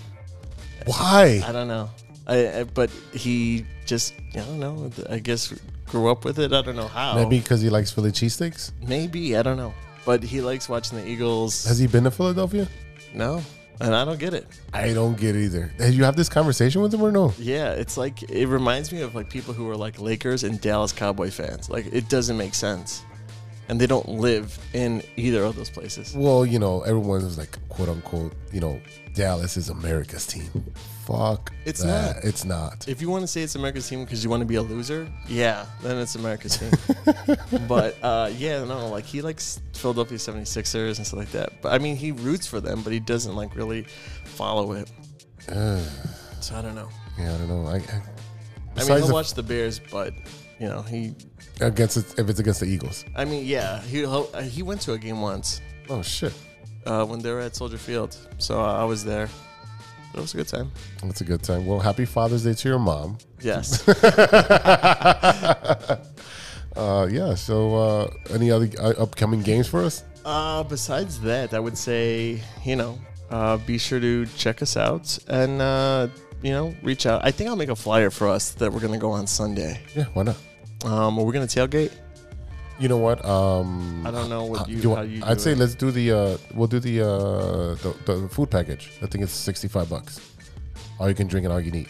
I Why? don't know. I, I but he just I don't know. I guess grew up with it. I don't know how. Maybe because he likes Philly cheesesteaks. Maybe, I don't know. But he likes watching the Eagles. Has he been to Philadelphia? no, and I don't get it. I don't get it either. Did you have this conversation with him or no? Yeah, it's like it reminds me of like people who are like Lakers and Dallas Cowboy fans. Like it doesn't make sense, and they don't live in either of those places. Well, you know, everyone was like, quote unquote, you know, Dallas is America's team. Fuck. It's that. not. It's not. If you want to say it's America's team because you want to be a loser, yeah, then it's America's team. but uh, yeah, no, like he likes Philadelphia 76ers and stuff like that. But I mean, he roots for them, but he doesn't like really follow it. so I don't know. yeah, I don't know. I, I, I besides mean, he'll the- watch the Bears, but you know, he. against it, if it's against the Eagles. I mean, yeah, he he'll- uh, he went to a game once Oh shit. uh, when they were at Soldier Field, so I was there. It was a good time. That's a good time. Well, happy Father's Day to your mom. Yes. Uh, yeah. So, uh, any other uh, upcoming games for us? Uh, besides that, I would say, you know, uh, be sure to check us out and, uh, you know, reach out. I think I'll make a flyer for us that we're going to go on Sunday. Yeah. Why not? Um, are we going to tailgate? You know what? Um, I don't know what you, you how want- you do I'd say it. let's do the. Uh, we'll do the, uh, the the food package. I think it's sixty-five bucks. All you can drink and all you can eat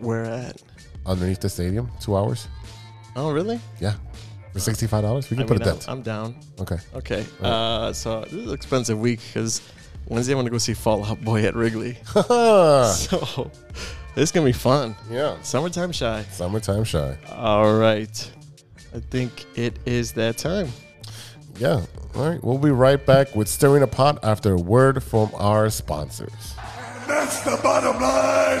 Where at? underneath the stadium. Two hours. Oh, really? Yeah. For sixty-five dollars, we can I put mean, a I'm, dent. I'm down. okay. Okay. Uh, so this is an expensive week because Wednesday I'm going to go see Fallout Boy at Wrigley. so this is going to be fun. yeah. Summertime shy. Summertime shy. All right. I think it is that time. Yeah. All right. We'll be right back with stirring a pot after a word from our sponsors. That's the bottom line.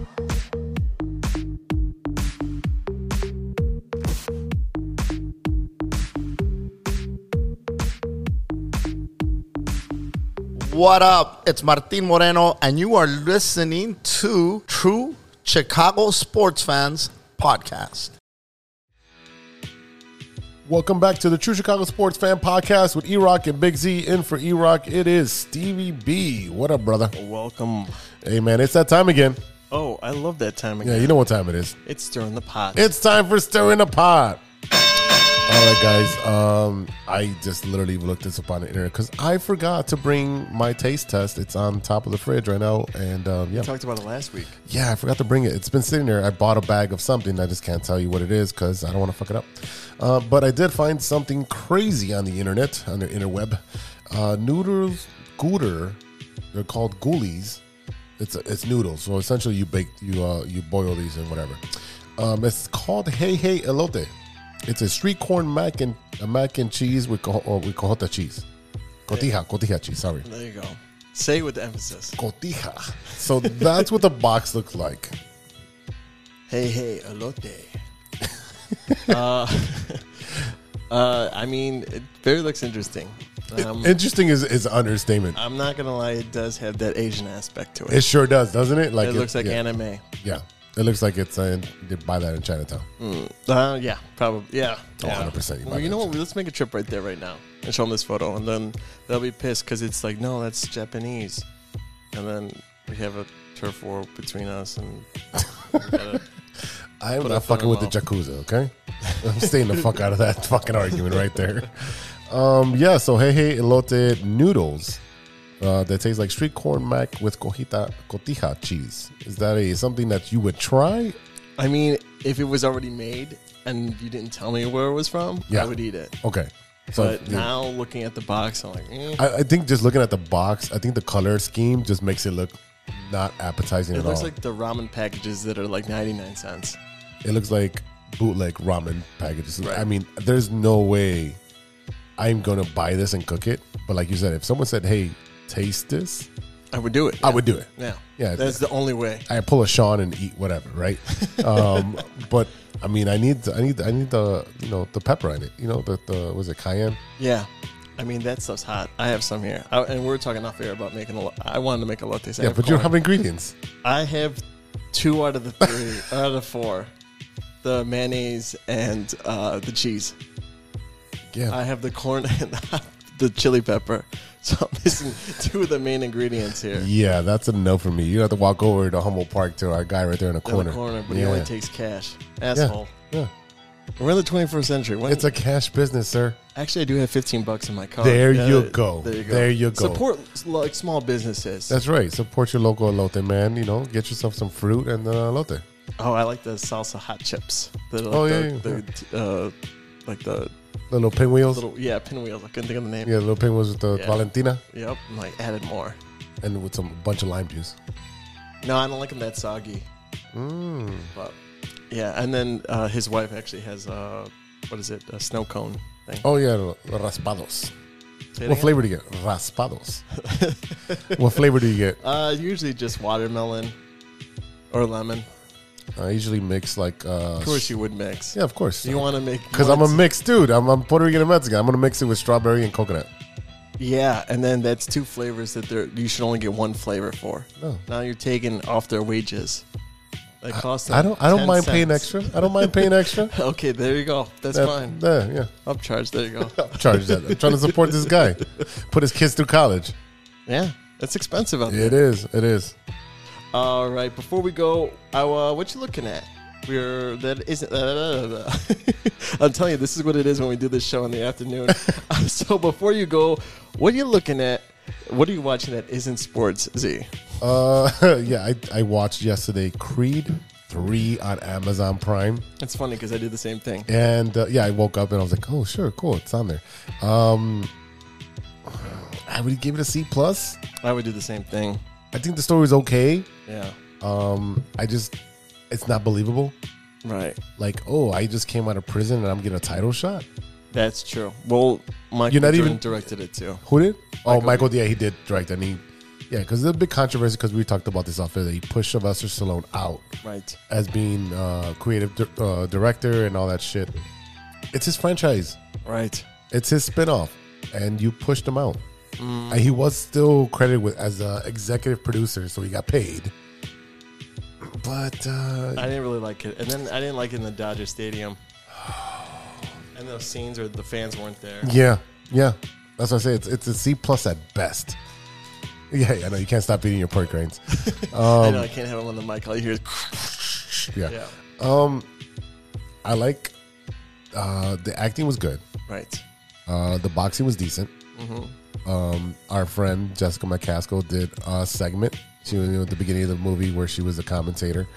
What up? It's Martin Moreno, and you are listening to True Chicago Sports Fans Podcast. Welcome back to the True Chicago Sports Fan Podcast with E Rock and Big Z. In for E Rock, it is Stevie B. What up, brother? Welcome. Hey, man, it's that time again. Oh, I love that time Yeah, again. you know what time it is. It's stirring the pot. It's time for stirring the pot. All right, guys. Um, I just literally looked this up on the internet because I forgot to bring my taste test. It's on top of the fridge right now, and um, yeah, we talked about it last week. Yeah, I forgot to bring it. It's been sitting there. I bought a bag of something. I just can't tell you what it is because I don't want to fuck it up. Uh, but I did find something crazy on the internet, on the interweb. Uh, noodles, gooder, they're called ghoulies. It's it's noodles. So essentially, you bake, you uh, you boil these and whatever. Um, it's called Hey Hey Elote. It's a street corn mac and a mac and cheese with co- or with cojota cheese, cotija, cotija cheese. Sorry. There you go. Say it with the emphasis. Cotija. So that's what the box looks like. Hey, hey, elote. uh, uh, I mean, it very looks interesting. Um, Interesting is is an understatement. I'm not gonna lie, it does have that Asian aspect to it. It sure does, doesn't it? Like it looks like yeah, anime. Yeah, it looks like it's uh, they buy that in Chinatown. Uh, yeah, probably. Yeah, Oh, yeah. 100% you Well, might you know be. what? Let's make a trip right there, right now, and show them this photo, and then they'll be pissed because it's like, no, that's Japanese, and then we have a turf war between us, and we gotta- I am Put not up on fucking a with the Yakuza, okay? I'm staying the fuck out of that fucking argument right there. Um, yeah, so hey hey elote noodles uh, that taste like street corn mac with cojita cotija cheese. Is that a something that you would try? I mean, if it was already made and you didn't tell me where it was from, Yeah. I would eat it. Okay, so But yeah. now looking at the box, I'm like, eh, I, I think just looking at the box, I think the color scheme just makes it look not appetizing it at looks all. like the ramen packages that are like 99 cents. It looks like bootleg ramen packages. I mean, there's no way I'm gonna buy this and cook it. But like you said, if someone said, "Hey, taste this," I would do it. I would do it. Yeah, Yeah. That's the only way. I pull a Sean and eat whatever, right? um, but I mean, I need, I need, I need the you know the pepper in it. You know the the was it cayenne? Yeah. I mean, that stuff's hot. I have some here. I, and we were talking off air about making a lot. I wanted to make a latte. yeah, but you don't have ingredients. I have two out of the three, out of the four the mayonnaise and uh, the cheese. Yeah, I have the corn and the, the chili pepper. So I'm missing two of the main ingredients here. yeah, that's a no for me. You have to walk over to Humboldt Park to our guy right there in the Down corner. the corner, but yeah. he only takes cash. yeah. Asshole. yeah. We're in the 21st century. When, It's a cash business, sir. Actually, I do have 15 bucks in my car. There you go. There you go. Support s- like small businesses. That's right. Support your local elote, man. You know, get yourself some fruit and an elote. oh, I like the salsa hot chips. They're like Oh, the, yeah, yeah, the, Uh, like the Little pinwheels. little yeah pinwheels. I couldn't think of the name. yeah, little pinwheels with the Yeah. Valentina Yep. And like added more. and with some bunch of lime juice. No, I don't like them that soggy. Mm. But yeah, and then uh, his wife actually has uh, what is it? A snow cone thing. Oh, yeah, the raspados. Say it What again? flavor do you get? Raspados. what flavor do you get? Uh, usually just watermelon or lemon. I usually mix like. Uh, Of course, you would mix. Yeah, of course. You want to make Because I'm a mixed dude. I'm, I'm Puerto Rican and Mexican. I'm going to mix it with strawberry and coconut. yeah, and then that's two flavors that they're you should only get one flavor for. No. Now you're taking off their wages. That costs. them Oh. I don't I don't 10 mind paying cents. extra. I don't mind paying extra. Okay, there you go. That's That- fine. Yeah, yeah. Upcharge. There you go. Charge that. I'm trying to support this guy. Put his kids through college. yeah, it's expensive out there. It is. It is. All right, before we go, I, uh, what you looking at? We're that isn't. Uh, I'm telling you, this is what it is when we do this show in the afternoon. Um, so before you go, what are you looking at? What are you watching that isn't sports? Z. Uh, yeah, I, I watched yesterday Creed 3 on Amazon Prime. It's funny because I do the same thing. And uh, yeah, I woke up and I was like, oh, sure, cool. It's on there. Um, I would give it a C. plus. I would do the same thing. I think the story's okay. Yeah. Um, I just, it's not believable. Right. Like, oh, I just came out of prison and I'm getting a title shot. That's true. Well, Michael You're not Jordan even- directed it too. Who did? Oh, Michael. Yeah, he did direct. And he, yeah, because there's a big controversy because we talked about this off air that he pushed Sylvester Stallone out Right. as being uh, creative di- uh, director and all that shit. It's his franchise. Right. It's his spinoff, and you pushed him out. And he was still credited with as a executive producer, so he got paid. But uh, I didn't really like it, and then I didn't like it in the Dodger Stadium. And those scenes where the fans weren't there. yeah, yeah, that's what I say. It's it's a C plus at best. Yeah, yeah, I know you can't stop eating your pork grains. Um, I know I can't have him on the mic. All you hear is. yeah. Um, Yeah. I like uh, the acting was good. Right. Uh, the boxing was decent. Mm-hmm. Um, our friend Jessica McCaskill did a segment. She was at the beginning of the movie where she was a commentator.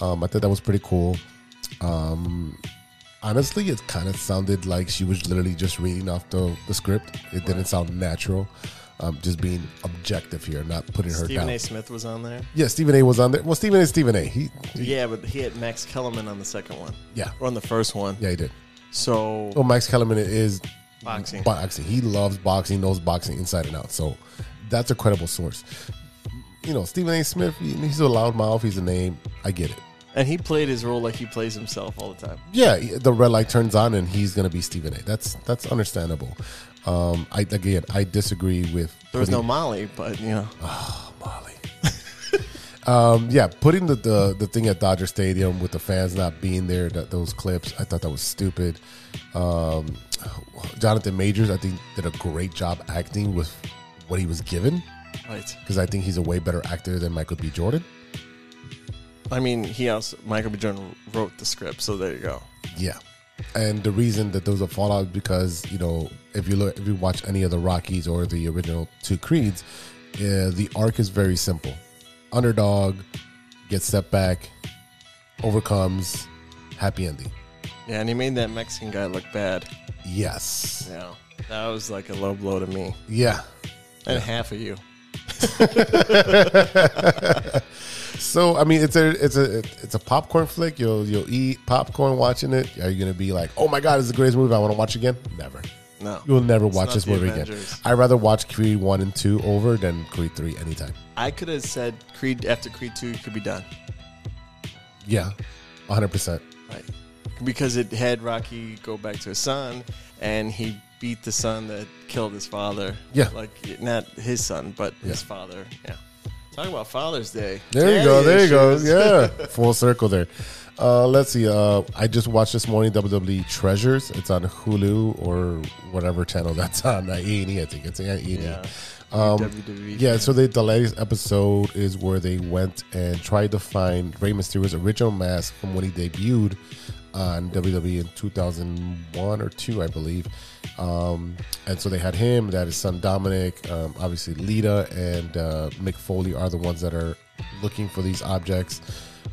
Um, I thought that was pretty cool. Um, honestly, it kind of sounded like she was literally just reading off the, the script. It didn't sound natural. Um, just being objective here, not putting her Stephen down. A. Smith was on there. Yeah, Stephen A. was on there. Well, Stephen A. Stephen A. He, Yeah, but he had Max Kellerman on the second one. Yeah. Or on the first one. yeah, Oh, he did. So Well, Max Kellerman is boxing. boxing. He loves boxing, knows boxing inside and out. So that's a credible source. You know, Stephen A. Smith, he- he's a loud mouth. He's a name. I get it. and he played his role like he plays himself all the time. Yeah, the red light turns on and he's going to be Stephen A. That's that's understandable. Um, I again, I disagree with. There was no Molly, but you know. Ah. Molly. um, yeah, putting the, the the thing at Dodger Stadium with the fans not being there, that those clips, I thought that was stupid. Um, Jonathan Majors, I think, did a great job acting with what he was given Right. because I think he's a way better actor than Michael B. Jordan. I mean, he also Michael B. Jordan wrote the script, so there you go. Yeah. And the reason that there was a fallout is because, you know, if you look, if you watch any of the Rockies or the original two Creeds, uh, the arc is very simple. Underdog gets set back, overcomes, happy ending. Yeah, and he made that Mexican guy look bad. Yes. Yeah. That was like a low blow to me. Yeah. And half of you. So I mean, it's a it's a it's a popcorn flick. You'll you'll eat popcorn watching it. Are you gonna be like, oh my god, it's the greatest movie I want to watch again? Never. No. You'll never It's watch not this the movie Avengers. again. I'd rather watch Creed one and two over than Creed three anytime. I could have said Creed after Creed two you could be done. Yeah, 100. percent Right. Because it had Rocky go back to his son, and he beat the son that killed his father. Yeah. Like, not his son, but his Yeah. father. Yeah. Talk about Father's Day. There you Daddy go. There you go. issues. Yeah, full circle there. Uh, let's see. Uh, I just watched this morning WWE Treasures. It's on Hulu or whatever channel that's on. Uh, E&E, I think it's on E&E. Yeah. WWE. Yeah, so they, the latest episode is where they went and tried to find Rey Mysterio's original mask from when he debuted on WWE in 2001 or two, I believe. Um, and so they had him, they had his son Dominic, um, obviously Lita and uh, Mick Foley are the ones that are looking for these objects.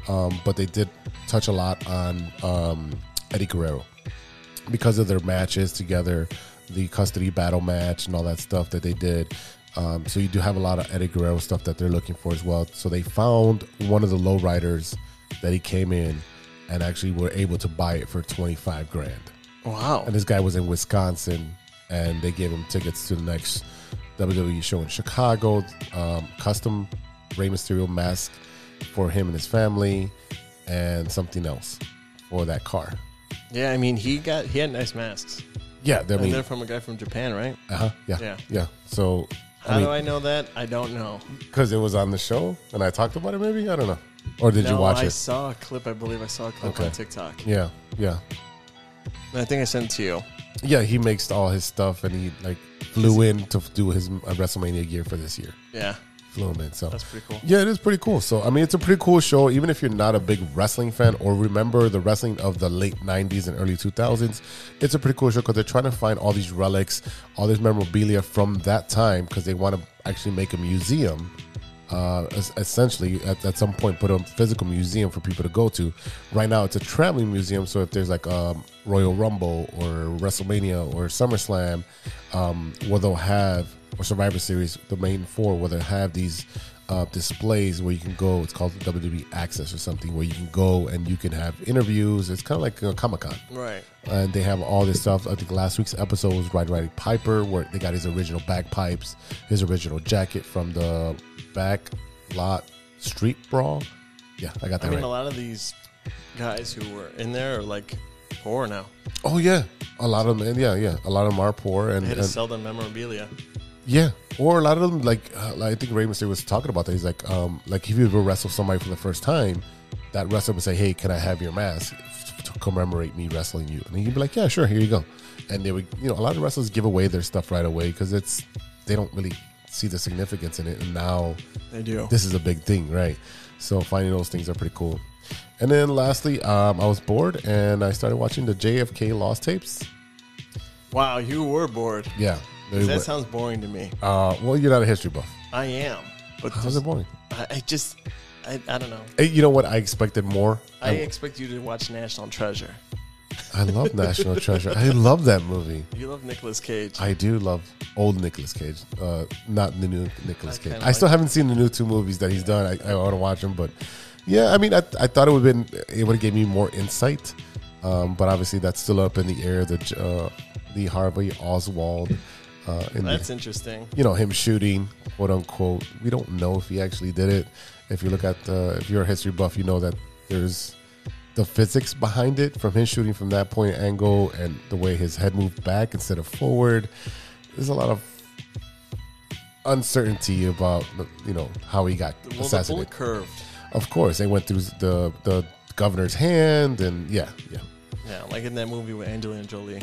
Um, but they did touch a lot on um, Eddie Guerrero because of their matches together, the custody battle match and all that stuff that they did. Um, so you do have a lot of Eddie Guerrero stuff that they're looking for as well. So they found one of the lowriders that he came in and actually were able to buy it for 25 grand. Wow. And this guy was in Wisconsin, and they gave him tickets to the next WWE show in Chicago. Um, custom Rey Mysterio mask for him and his family, and something else for that car. Yeah, I mean, he got he had nice masks. Yeah, I And mean, they're from a guy from Japan, right? uh-huh, yeah, yeah, Yeah. So How do I I mean, know that? I don't know. because it was on the show, and I talked about it. Maybe I don't know, or did no, you watch I it? saw a clip. I believe I saw a clip on Okay. TikTok. yeah, yeah, And I think I sent it to you. yeah. He makes all his stuff, and he like flew in to do his uh, WrestleMania gear for this year. Yeah. flew him in. So That's pretty cool. Yeah, it is pretty cool. So I mean, it's a pretty cool show. Even if you're not a big wrestling fan or remember the wrestling of the late '90s and early 2000s, it's a pretty cool show because they're trying to find all these relics, all this memorabilia from that time because they want to actually make a museum. Uh, es- essentially, at, at some point, put a physical museum for people to go to. Right now, it's a traveling museum. So if there's like um, Royal Rumble or WrestleMania or SummerSlam, um, where they'll have or Survivor Series, the main four, where they have these uh, displays where you can go. It's called WWE E Access or something, where you can go and you can have interviews. It's kind of like a Comic Con. Right. And Uh, they have all this stuff. I think last week's episode was Ride Riding Piper, where they got his original bagpipes, his original jacket from the back lot street brawl. Yeah, I got I that mean, right. a lot of these guys who were in there are like poor now. Oh yeah, a lot of them. and yeah, yeah, a lot of them are poor and, They had to and- sell them memorabilia. Yeah, or a lot of them like, uh, like I think Ray Mysterio was talking about that. He's like, um, like if you ever wrestle somebody for the first time, that wrestler would say, "Hey, can I have your mask f- to commemorate me wrestling you?" And he'd be like, "Yeah, sure, here you go." And they would, you know, a lot of wrestlers give away their stuff right away because it's they don't really see the significance in it. And now They do. this is a big thing, right? So finding those things are pretty cool. And then lastly, um, I was bored and I started watching the JFK lost tapes. Wow, you were bored. Yeah, They That were- sounds boring to me. uh, well, you're not a history buff. I am, but How's it boring? I, I just, I, I don't know. Hey, Eh, you know what? I expected more. I I, expect you to watch National Treasure. I love National Treasure. I love that movie. You love Nicolas Cage. I do love old Nicolas Cage, uh, not the new Nicolas I Cage. kinda I still like- haven't seen the new two movies that he's done. I, I want to watch them, but yeah, I mean, I, I thought it would have been it would have gave me more insight, um, but obviously that's still up in the air. The uh, the Harvey Oswald, uh, in the- That's interesting. you know him shooting quote unquote we don't know if he actually did it if you look at the if you're a history buff you know that there's the physics behind it from him shooting from that point angle and the way his head moved back instead of forward there's a lot of uncertainty about you know how he got Well, the assassinated bullet curve. of course they went through the the governor's hand and yeah yeah Yeah, like in that movie with Angelina Jolie.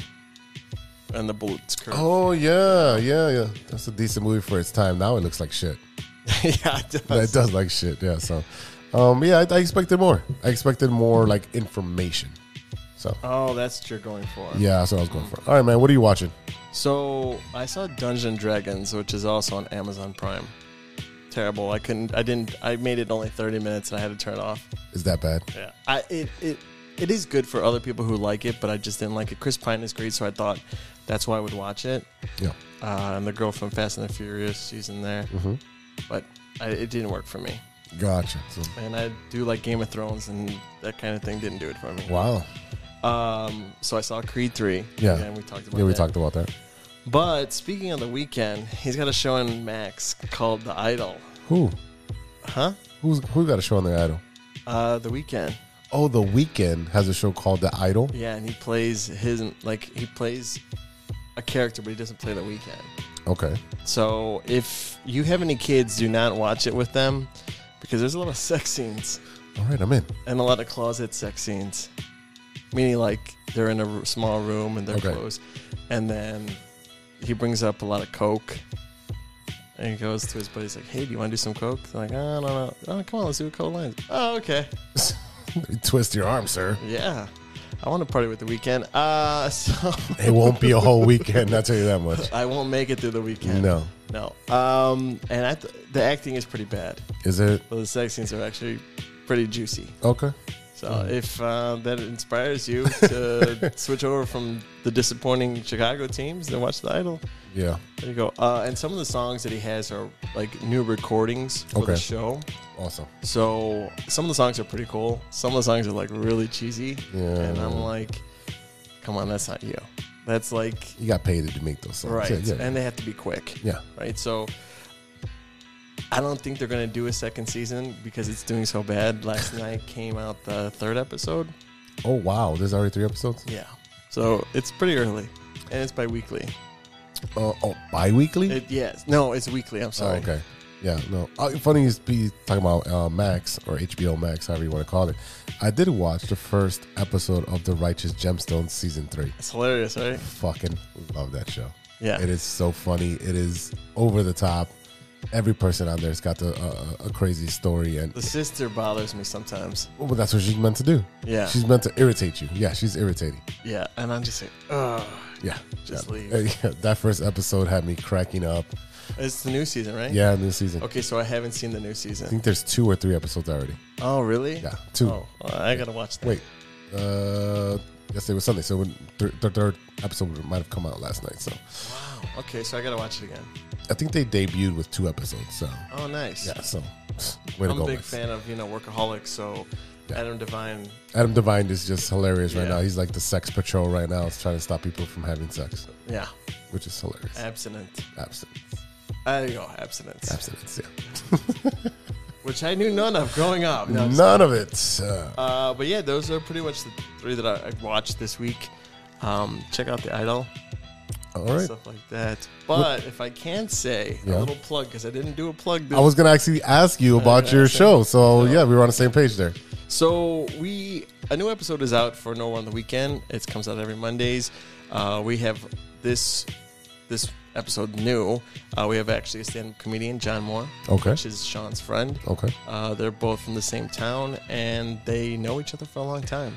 And the bullets curve. oh yeah yeah yeah that's a decent movie for its time now it looks like shit yeah, it does. Yeah, it does like shit. Yeah. So, um, yeah, I, I expected more. I expected more like information. So, Oh, that's what you're going for. yeah, that's what I was going for. All right, man. What are you watching? So I saw Dungeon Dragons, which is also on Amazon Prime. Terrible. I couldn't. I didn't. I made it only 30 minutes, and I had to turn it off. Is that bad? Yeah. I it it. It is good for other people who like it, but I just didn't like it. Chris Pine is great, so I thought that's why I would watch it. Yeah. Uh, and the girl from Fast and the Furious, she's in there. Mm-hmm. But I, it didn't work for me. Gotcha. So, And I do like Game of Thrones, and that kind of thing didn't do it for me. wow. Um, so I saw Creed 3. Yeah. And we talked about Yeah, we that. talked about that. But speaking of the weekend, he's got a show on Max called The Idol. Who? Huh? Who's who got a show on the idol? Uh, the weekend. Oh, The Weeknd has a show called The Idol. Yeah, and he plays his like he plays a character, but he doesn't play the weekend. Okay. So if you have any kids, do not watch it with them because there's a lot of sex scenes All right, I'm in. and a lot of closet sex scenes. Meaning like they're in a r- small room and they're Okay. closed, and then he brings up a lot of coke. And he goes to his buddies like, "Hey, do you want to do some coke?" They're like, "Oh, no, no, oh, come on, let's do a coke line." Oh, okay. Twist your arm, sir. Yeah. I want to party with the weekend. Uh, so It won't be a whole weekend. I'll tell you that much. I won't make it through the weekend. No. no. Um, and I th- the acting is pretty bad, Is it but the sex scenes are actually pretty juicy. okay? So Mm. if uh, that inspires you to switch over from the disappointing Chicago teams and watch The Idol, Yeah. there you go. Uh, and some of the songs that he has are like new recordings for the Okay. show. Awesome. So some of the songs are pretty cool. Some of the songs are like really cheesy, Yeah. and I'm like, come on, that's not you. That's like You got paid to make those songs. right, Yeah. yeah. and they have to be quick. Yeah. right. So I don't think they're gonna do a second season because it's doing so bad. Last night came out the third episode. Oh wow, there's already three episodes. Yeah, so it's pretty early, and it's bi-weekly. Uh, oh, bi-weekly? It, yes, no, it's weekly. I'm Oh, sorry. okay. Yeah, no. Uh, funny is be talking about uh, Max or HBO Max, however you want to call it. I did watch the first episode of The Righteous Gemstones season three. It's hilarious, right? Fucking love that show. Yeah. it is so funny. It is over the top. Every person on there's got the, uh, a crazy story, and The sister bothers me sometimes. well, that's what she's meant to do. Yeah. she's meant to irritate you. Yeah, she's irritating. Yeah, and I'm just like, ugh. Yeah, Just yeah. leave. Yeah, that first episode had me cracking up. It's the new season, right? Yeah, new season. Okay, so I haven't seen the new I season. think there's two or three episodes already. Oh, really? Yeah, two. Oh, well, I gotta watch that. Wait, uh, yesterday was Sunday, so when th- the third episode might have come out last night. So Okay, so I gotta watch it again. I think they debuted with two episodes. So Oh, nice. yeah, so way to I'm go, a big Max. fan of you know workaholics. So Yeah. Adam Devine, Adam Devine is just hilarious right Yeah. now. He's like the sex patrol right now. He's trying to stop people from having sex, yeah, which is hilarious. abstinent. Abstinence, There you go, abstinence, abstinence, yeah. which I knew none of growing up. No, I'm just- None of it. Uh, uh, but yeah, those are pretty much the three that I, I watched this week. Um, check out the Idol. all right. Stuff like that, but if I can say Yeah. a little plug because I didn't do a plug. This I was gonna actually ask you about Uh, your show, so yeah, we were on the same page there. So we a new episode is out for No on the weekend. It comes out every Mondays. Uh, we have this this episode new. Uh, we have actually a stand-up comedian John Moore, Okay. which is Sean's friend. Okay. uh, they're both from the same town and they know each other for a long time.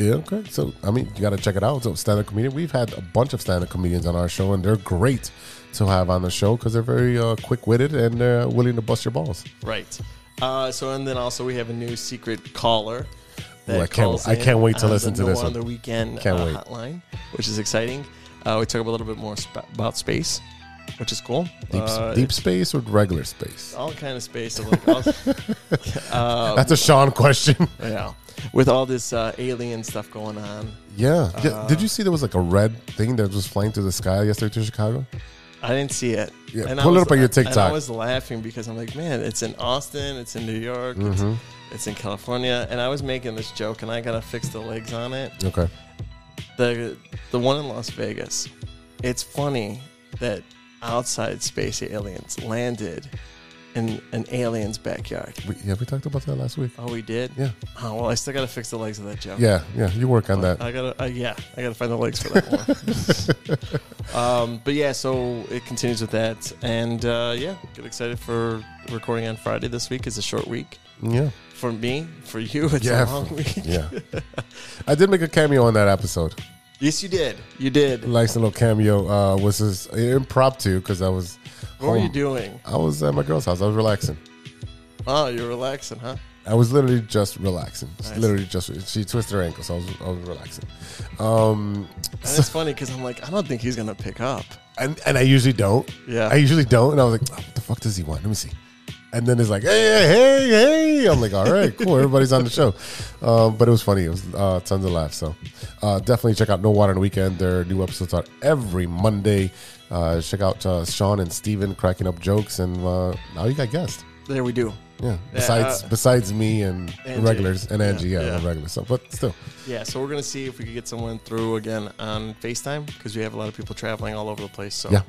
Yeah, okay. So, I mean, you got to check it out. So, stand up comedian. We've had a bunch of stand up comedians on our show, and they're great to have on the show because they're very uh, quick witted and they're willing to bust your balls. Right. Uh, so and then also we have a new secret caller. Ooh, I can't- I in can't wait to on the listen to Noah this on one. the weekend Can't uh, wait. hotline, which is exciting. Uh, we talk a little bit more sp- about space, which is cool. Deep, Uh, deep space or regular space? all kind of space. of like, all- uh, That's a Sean question. yeah, with all this uh, alien stuff going on, yeah. yeah. Did you see there was like a red thing that was flying through the sky yesterday to Chicago? I didn't see it. Yeah, I pull it was- up on your and I TikTok. was laughing because I'm like, man, it's in Austin, it's in New York, it's, Mm-hmm. it's in California, and I was making this joke, and I gotta fix the legs on it. Okay. The the one in Las Vegas. It's funny that outside space aliens landed in an alien's backyard. We, yeah, we talked about that last week. Oh, we did. Yeah. Oh well, I still gotta fix the legs of that joke. Yeah, yeah. You work on that. I gotta, uh, yeah, I gotta find the legs for that one. um, but yeah, so it continues with that, and uh, yeah, get excited for recording on Friday this week. It's a short week Yeah. for me, for you, it's Yeah. a long week. Yeah. I did make a cameo on that episode. Yes, you did. You did. What Nice little cameo. Uh, was this impromptu because I was. were you home. doing? I was at my girl's house. I was relaxing. Oh, you're relaxing, huh? I was literally just relaxing. Just Literally just she twisted her ankle, so I was, I was relaxing. Um, And it's funny because I'm like, I don't think he's gonna pick up. and and I usually don't. Yeah. I usually don't. And I was like, oh, what the fuck does he want? Let me see. And then it's like, hey, hey, hey, hey. I'm like, all right, cool. Everybody's on the show. Um, but it was funny. It was uh, tons of laughs. So uh, definitely check out No Water on the Weekend. Their new episodes are every Monday. Uh, check out uh, Sean and Steven cracking up jokes. And uh, now you got guests. There we do. Yeah. Besides, uh, besides me and Angie. regulars and Angie, yeah, yeah. the regulars. So, but still, Yeah, so we're gonna see if we can get someone through again on Facetime because we have a lot of people traveling all over the place. So Yeah.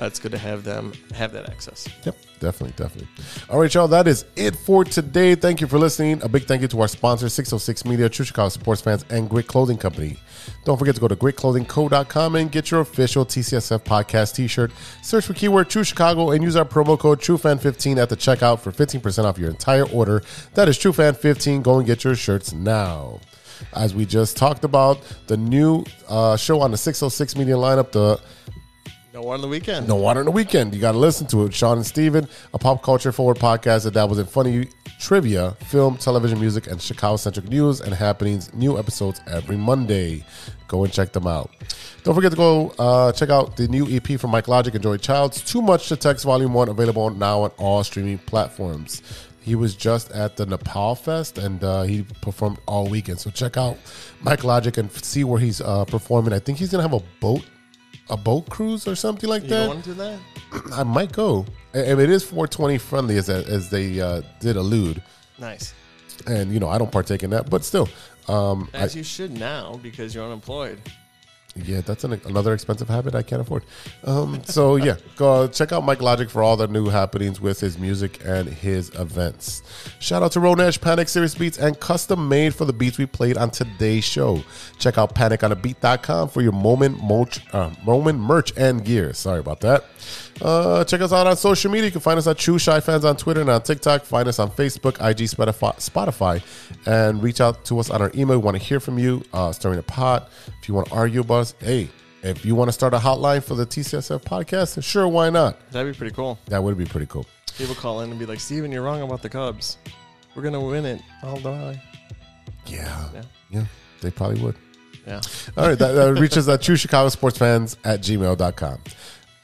uh, it's good to have them have that access. yep, definitely, definitely. All right, y'all, that is it for today. Thank you for listening. A big thank you to our sponsors, 606 Media, True Chicago Sports Fans, and Great Clothing Company. Don't forget to go to greatclothingco.com and get your official TCSF podcast t-shirt. Search for keyword True Chicago and use our promo code TrueFan15 at the checkout for 15% off your entire order. That is TrueFan15. Go and get your shirts now. as we just talked about, the new uh, show on the 606 Media lineup, the No one on the weekend. no Water in the Weekend. You got to listen to it. Sean and Steven, a pop culture forward podcast that dabbles in funny trivia, film, television, music, and Chicago centric news and happenings. New episodes every Monday. Go and check them out. Don't forget to go uh, check out the new EP from Mike Logic and Joy Childs, Too Much to Text Volume 1, available now on all streaming platforms. He was just at the Nepal Fest and uh, he performed all weekend. So check out Mike Logic and see where he's uh, performing. I think he's going to have a boat. A boat cruise or something like You that. don't want to do that? I might go. I I mean, it is 420 friendly, as as they uh, did allude, Nice. and you know I don't partake in that, but still, um, I, As you should now because you're unemployed. yeah, that's an, another expensive habit I can't afford. Um, so yeah, go check out Mike Logic for all the new happenings with his music and his events. Shout out to Ronesh Panic Serious Beats and custom made for the beats we played on today's show. Check out paniconabeat.com for your moment merch, uh, moment merch and gear. Sorry about that. Uh, check us out on social media. You can find us at True Shy Fans on Twitter and on TikTok. Find us on Facebook, IG, Spotify, Spotify and reach out to us on our email. We want to hear from you, uh, stirring a pot. If you want to argue about us, hey, if you want to start a hotline for the TCSF podcast, sure, why not? That'd be pretty cool. That would be pretty cool. People call in and be like, Steven, you're wrong about the Cubs. We're going to win it all the way. Yeah. Yeah. Yeah, they probably would. Yeah. All right, that, that reaches at true Chicago sports fans at gmail.com.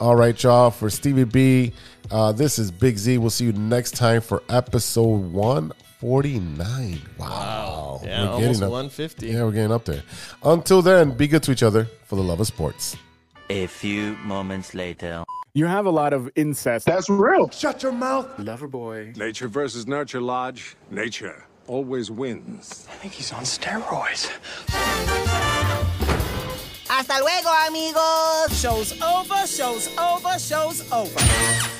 All right, y'all, for Stevie B, uh, this is Big Z. We'll see you next time for episode 149. Wow. Yeah, We're almost getting up- 150. Yeah, we're getting up there. Until then, be good to each other for the love of sports. A few moments later. You have a lot of incest. That's Shut your mouth. lover boy. Nature versus nurture, Lodge. Nature always wins. I think he's on steroids. Show's over, show's over, show's over.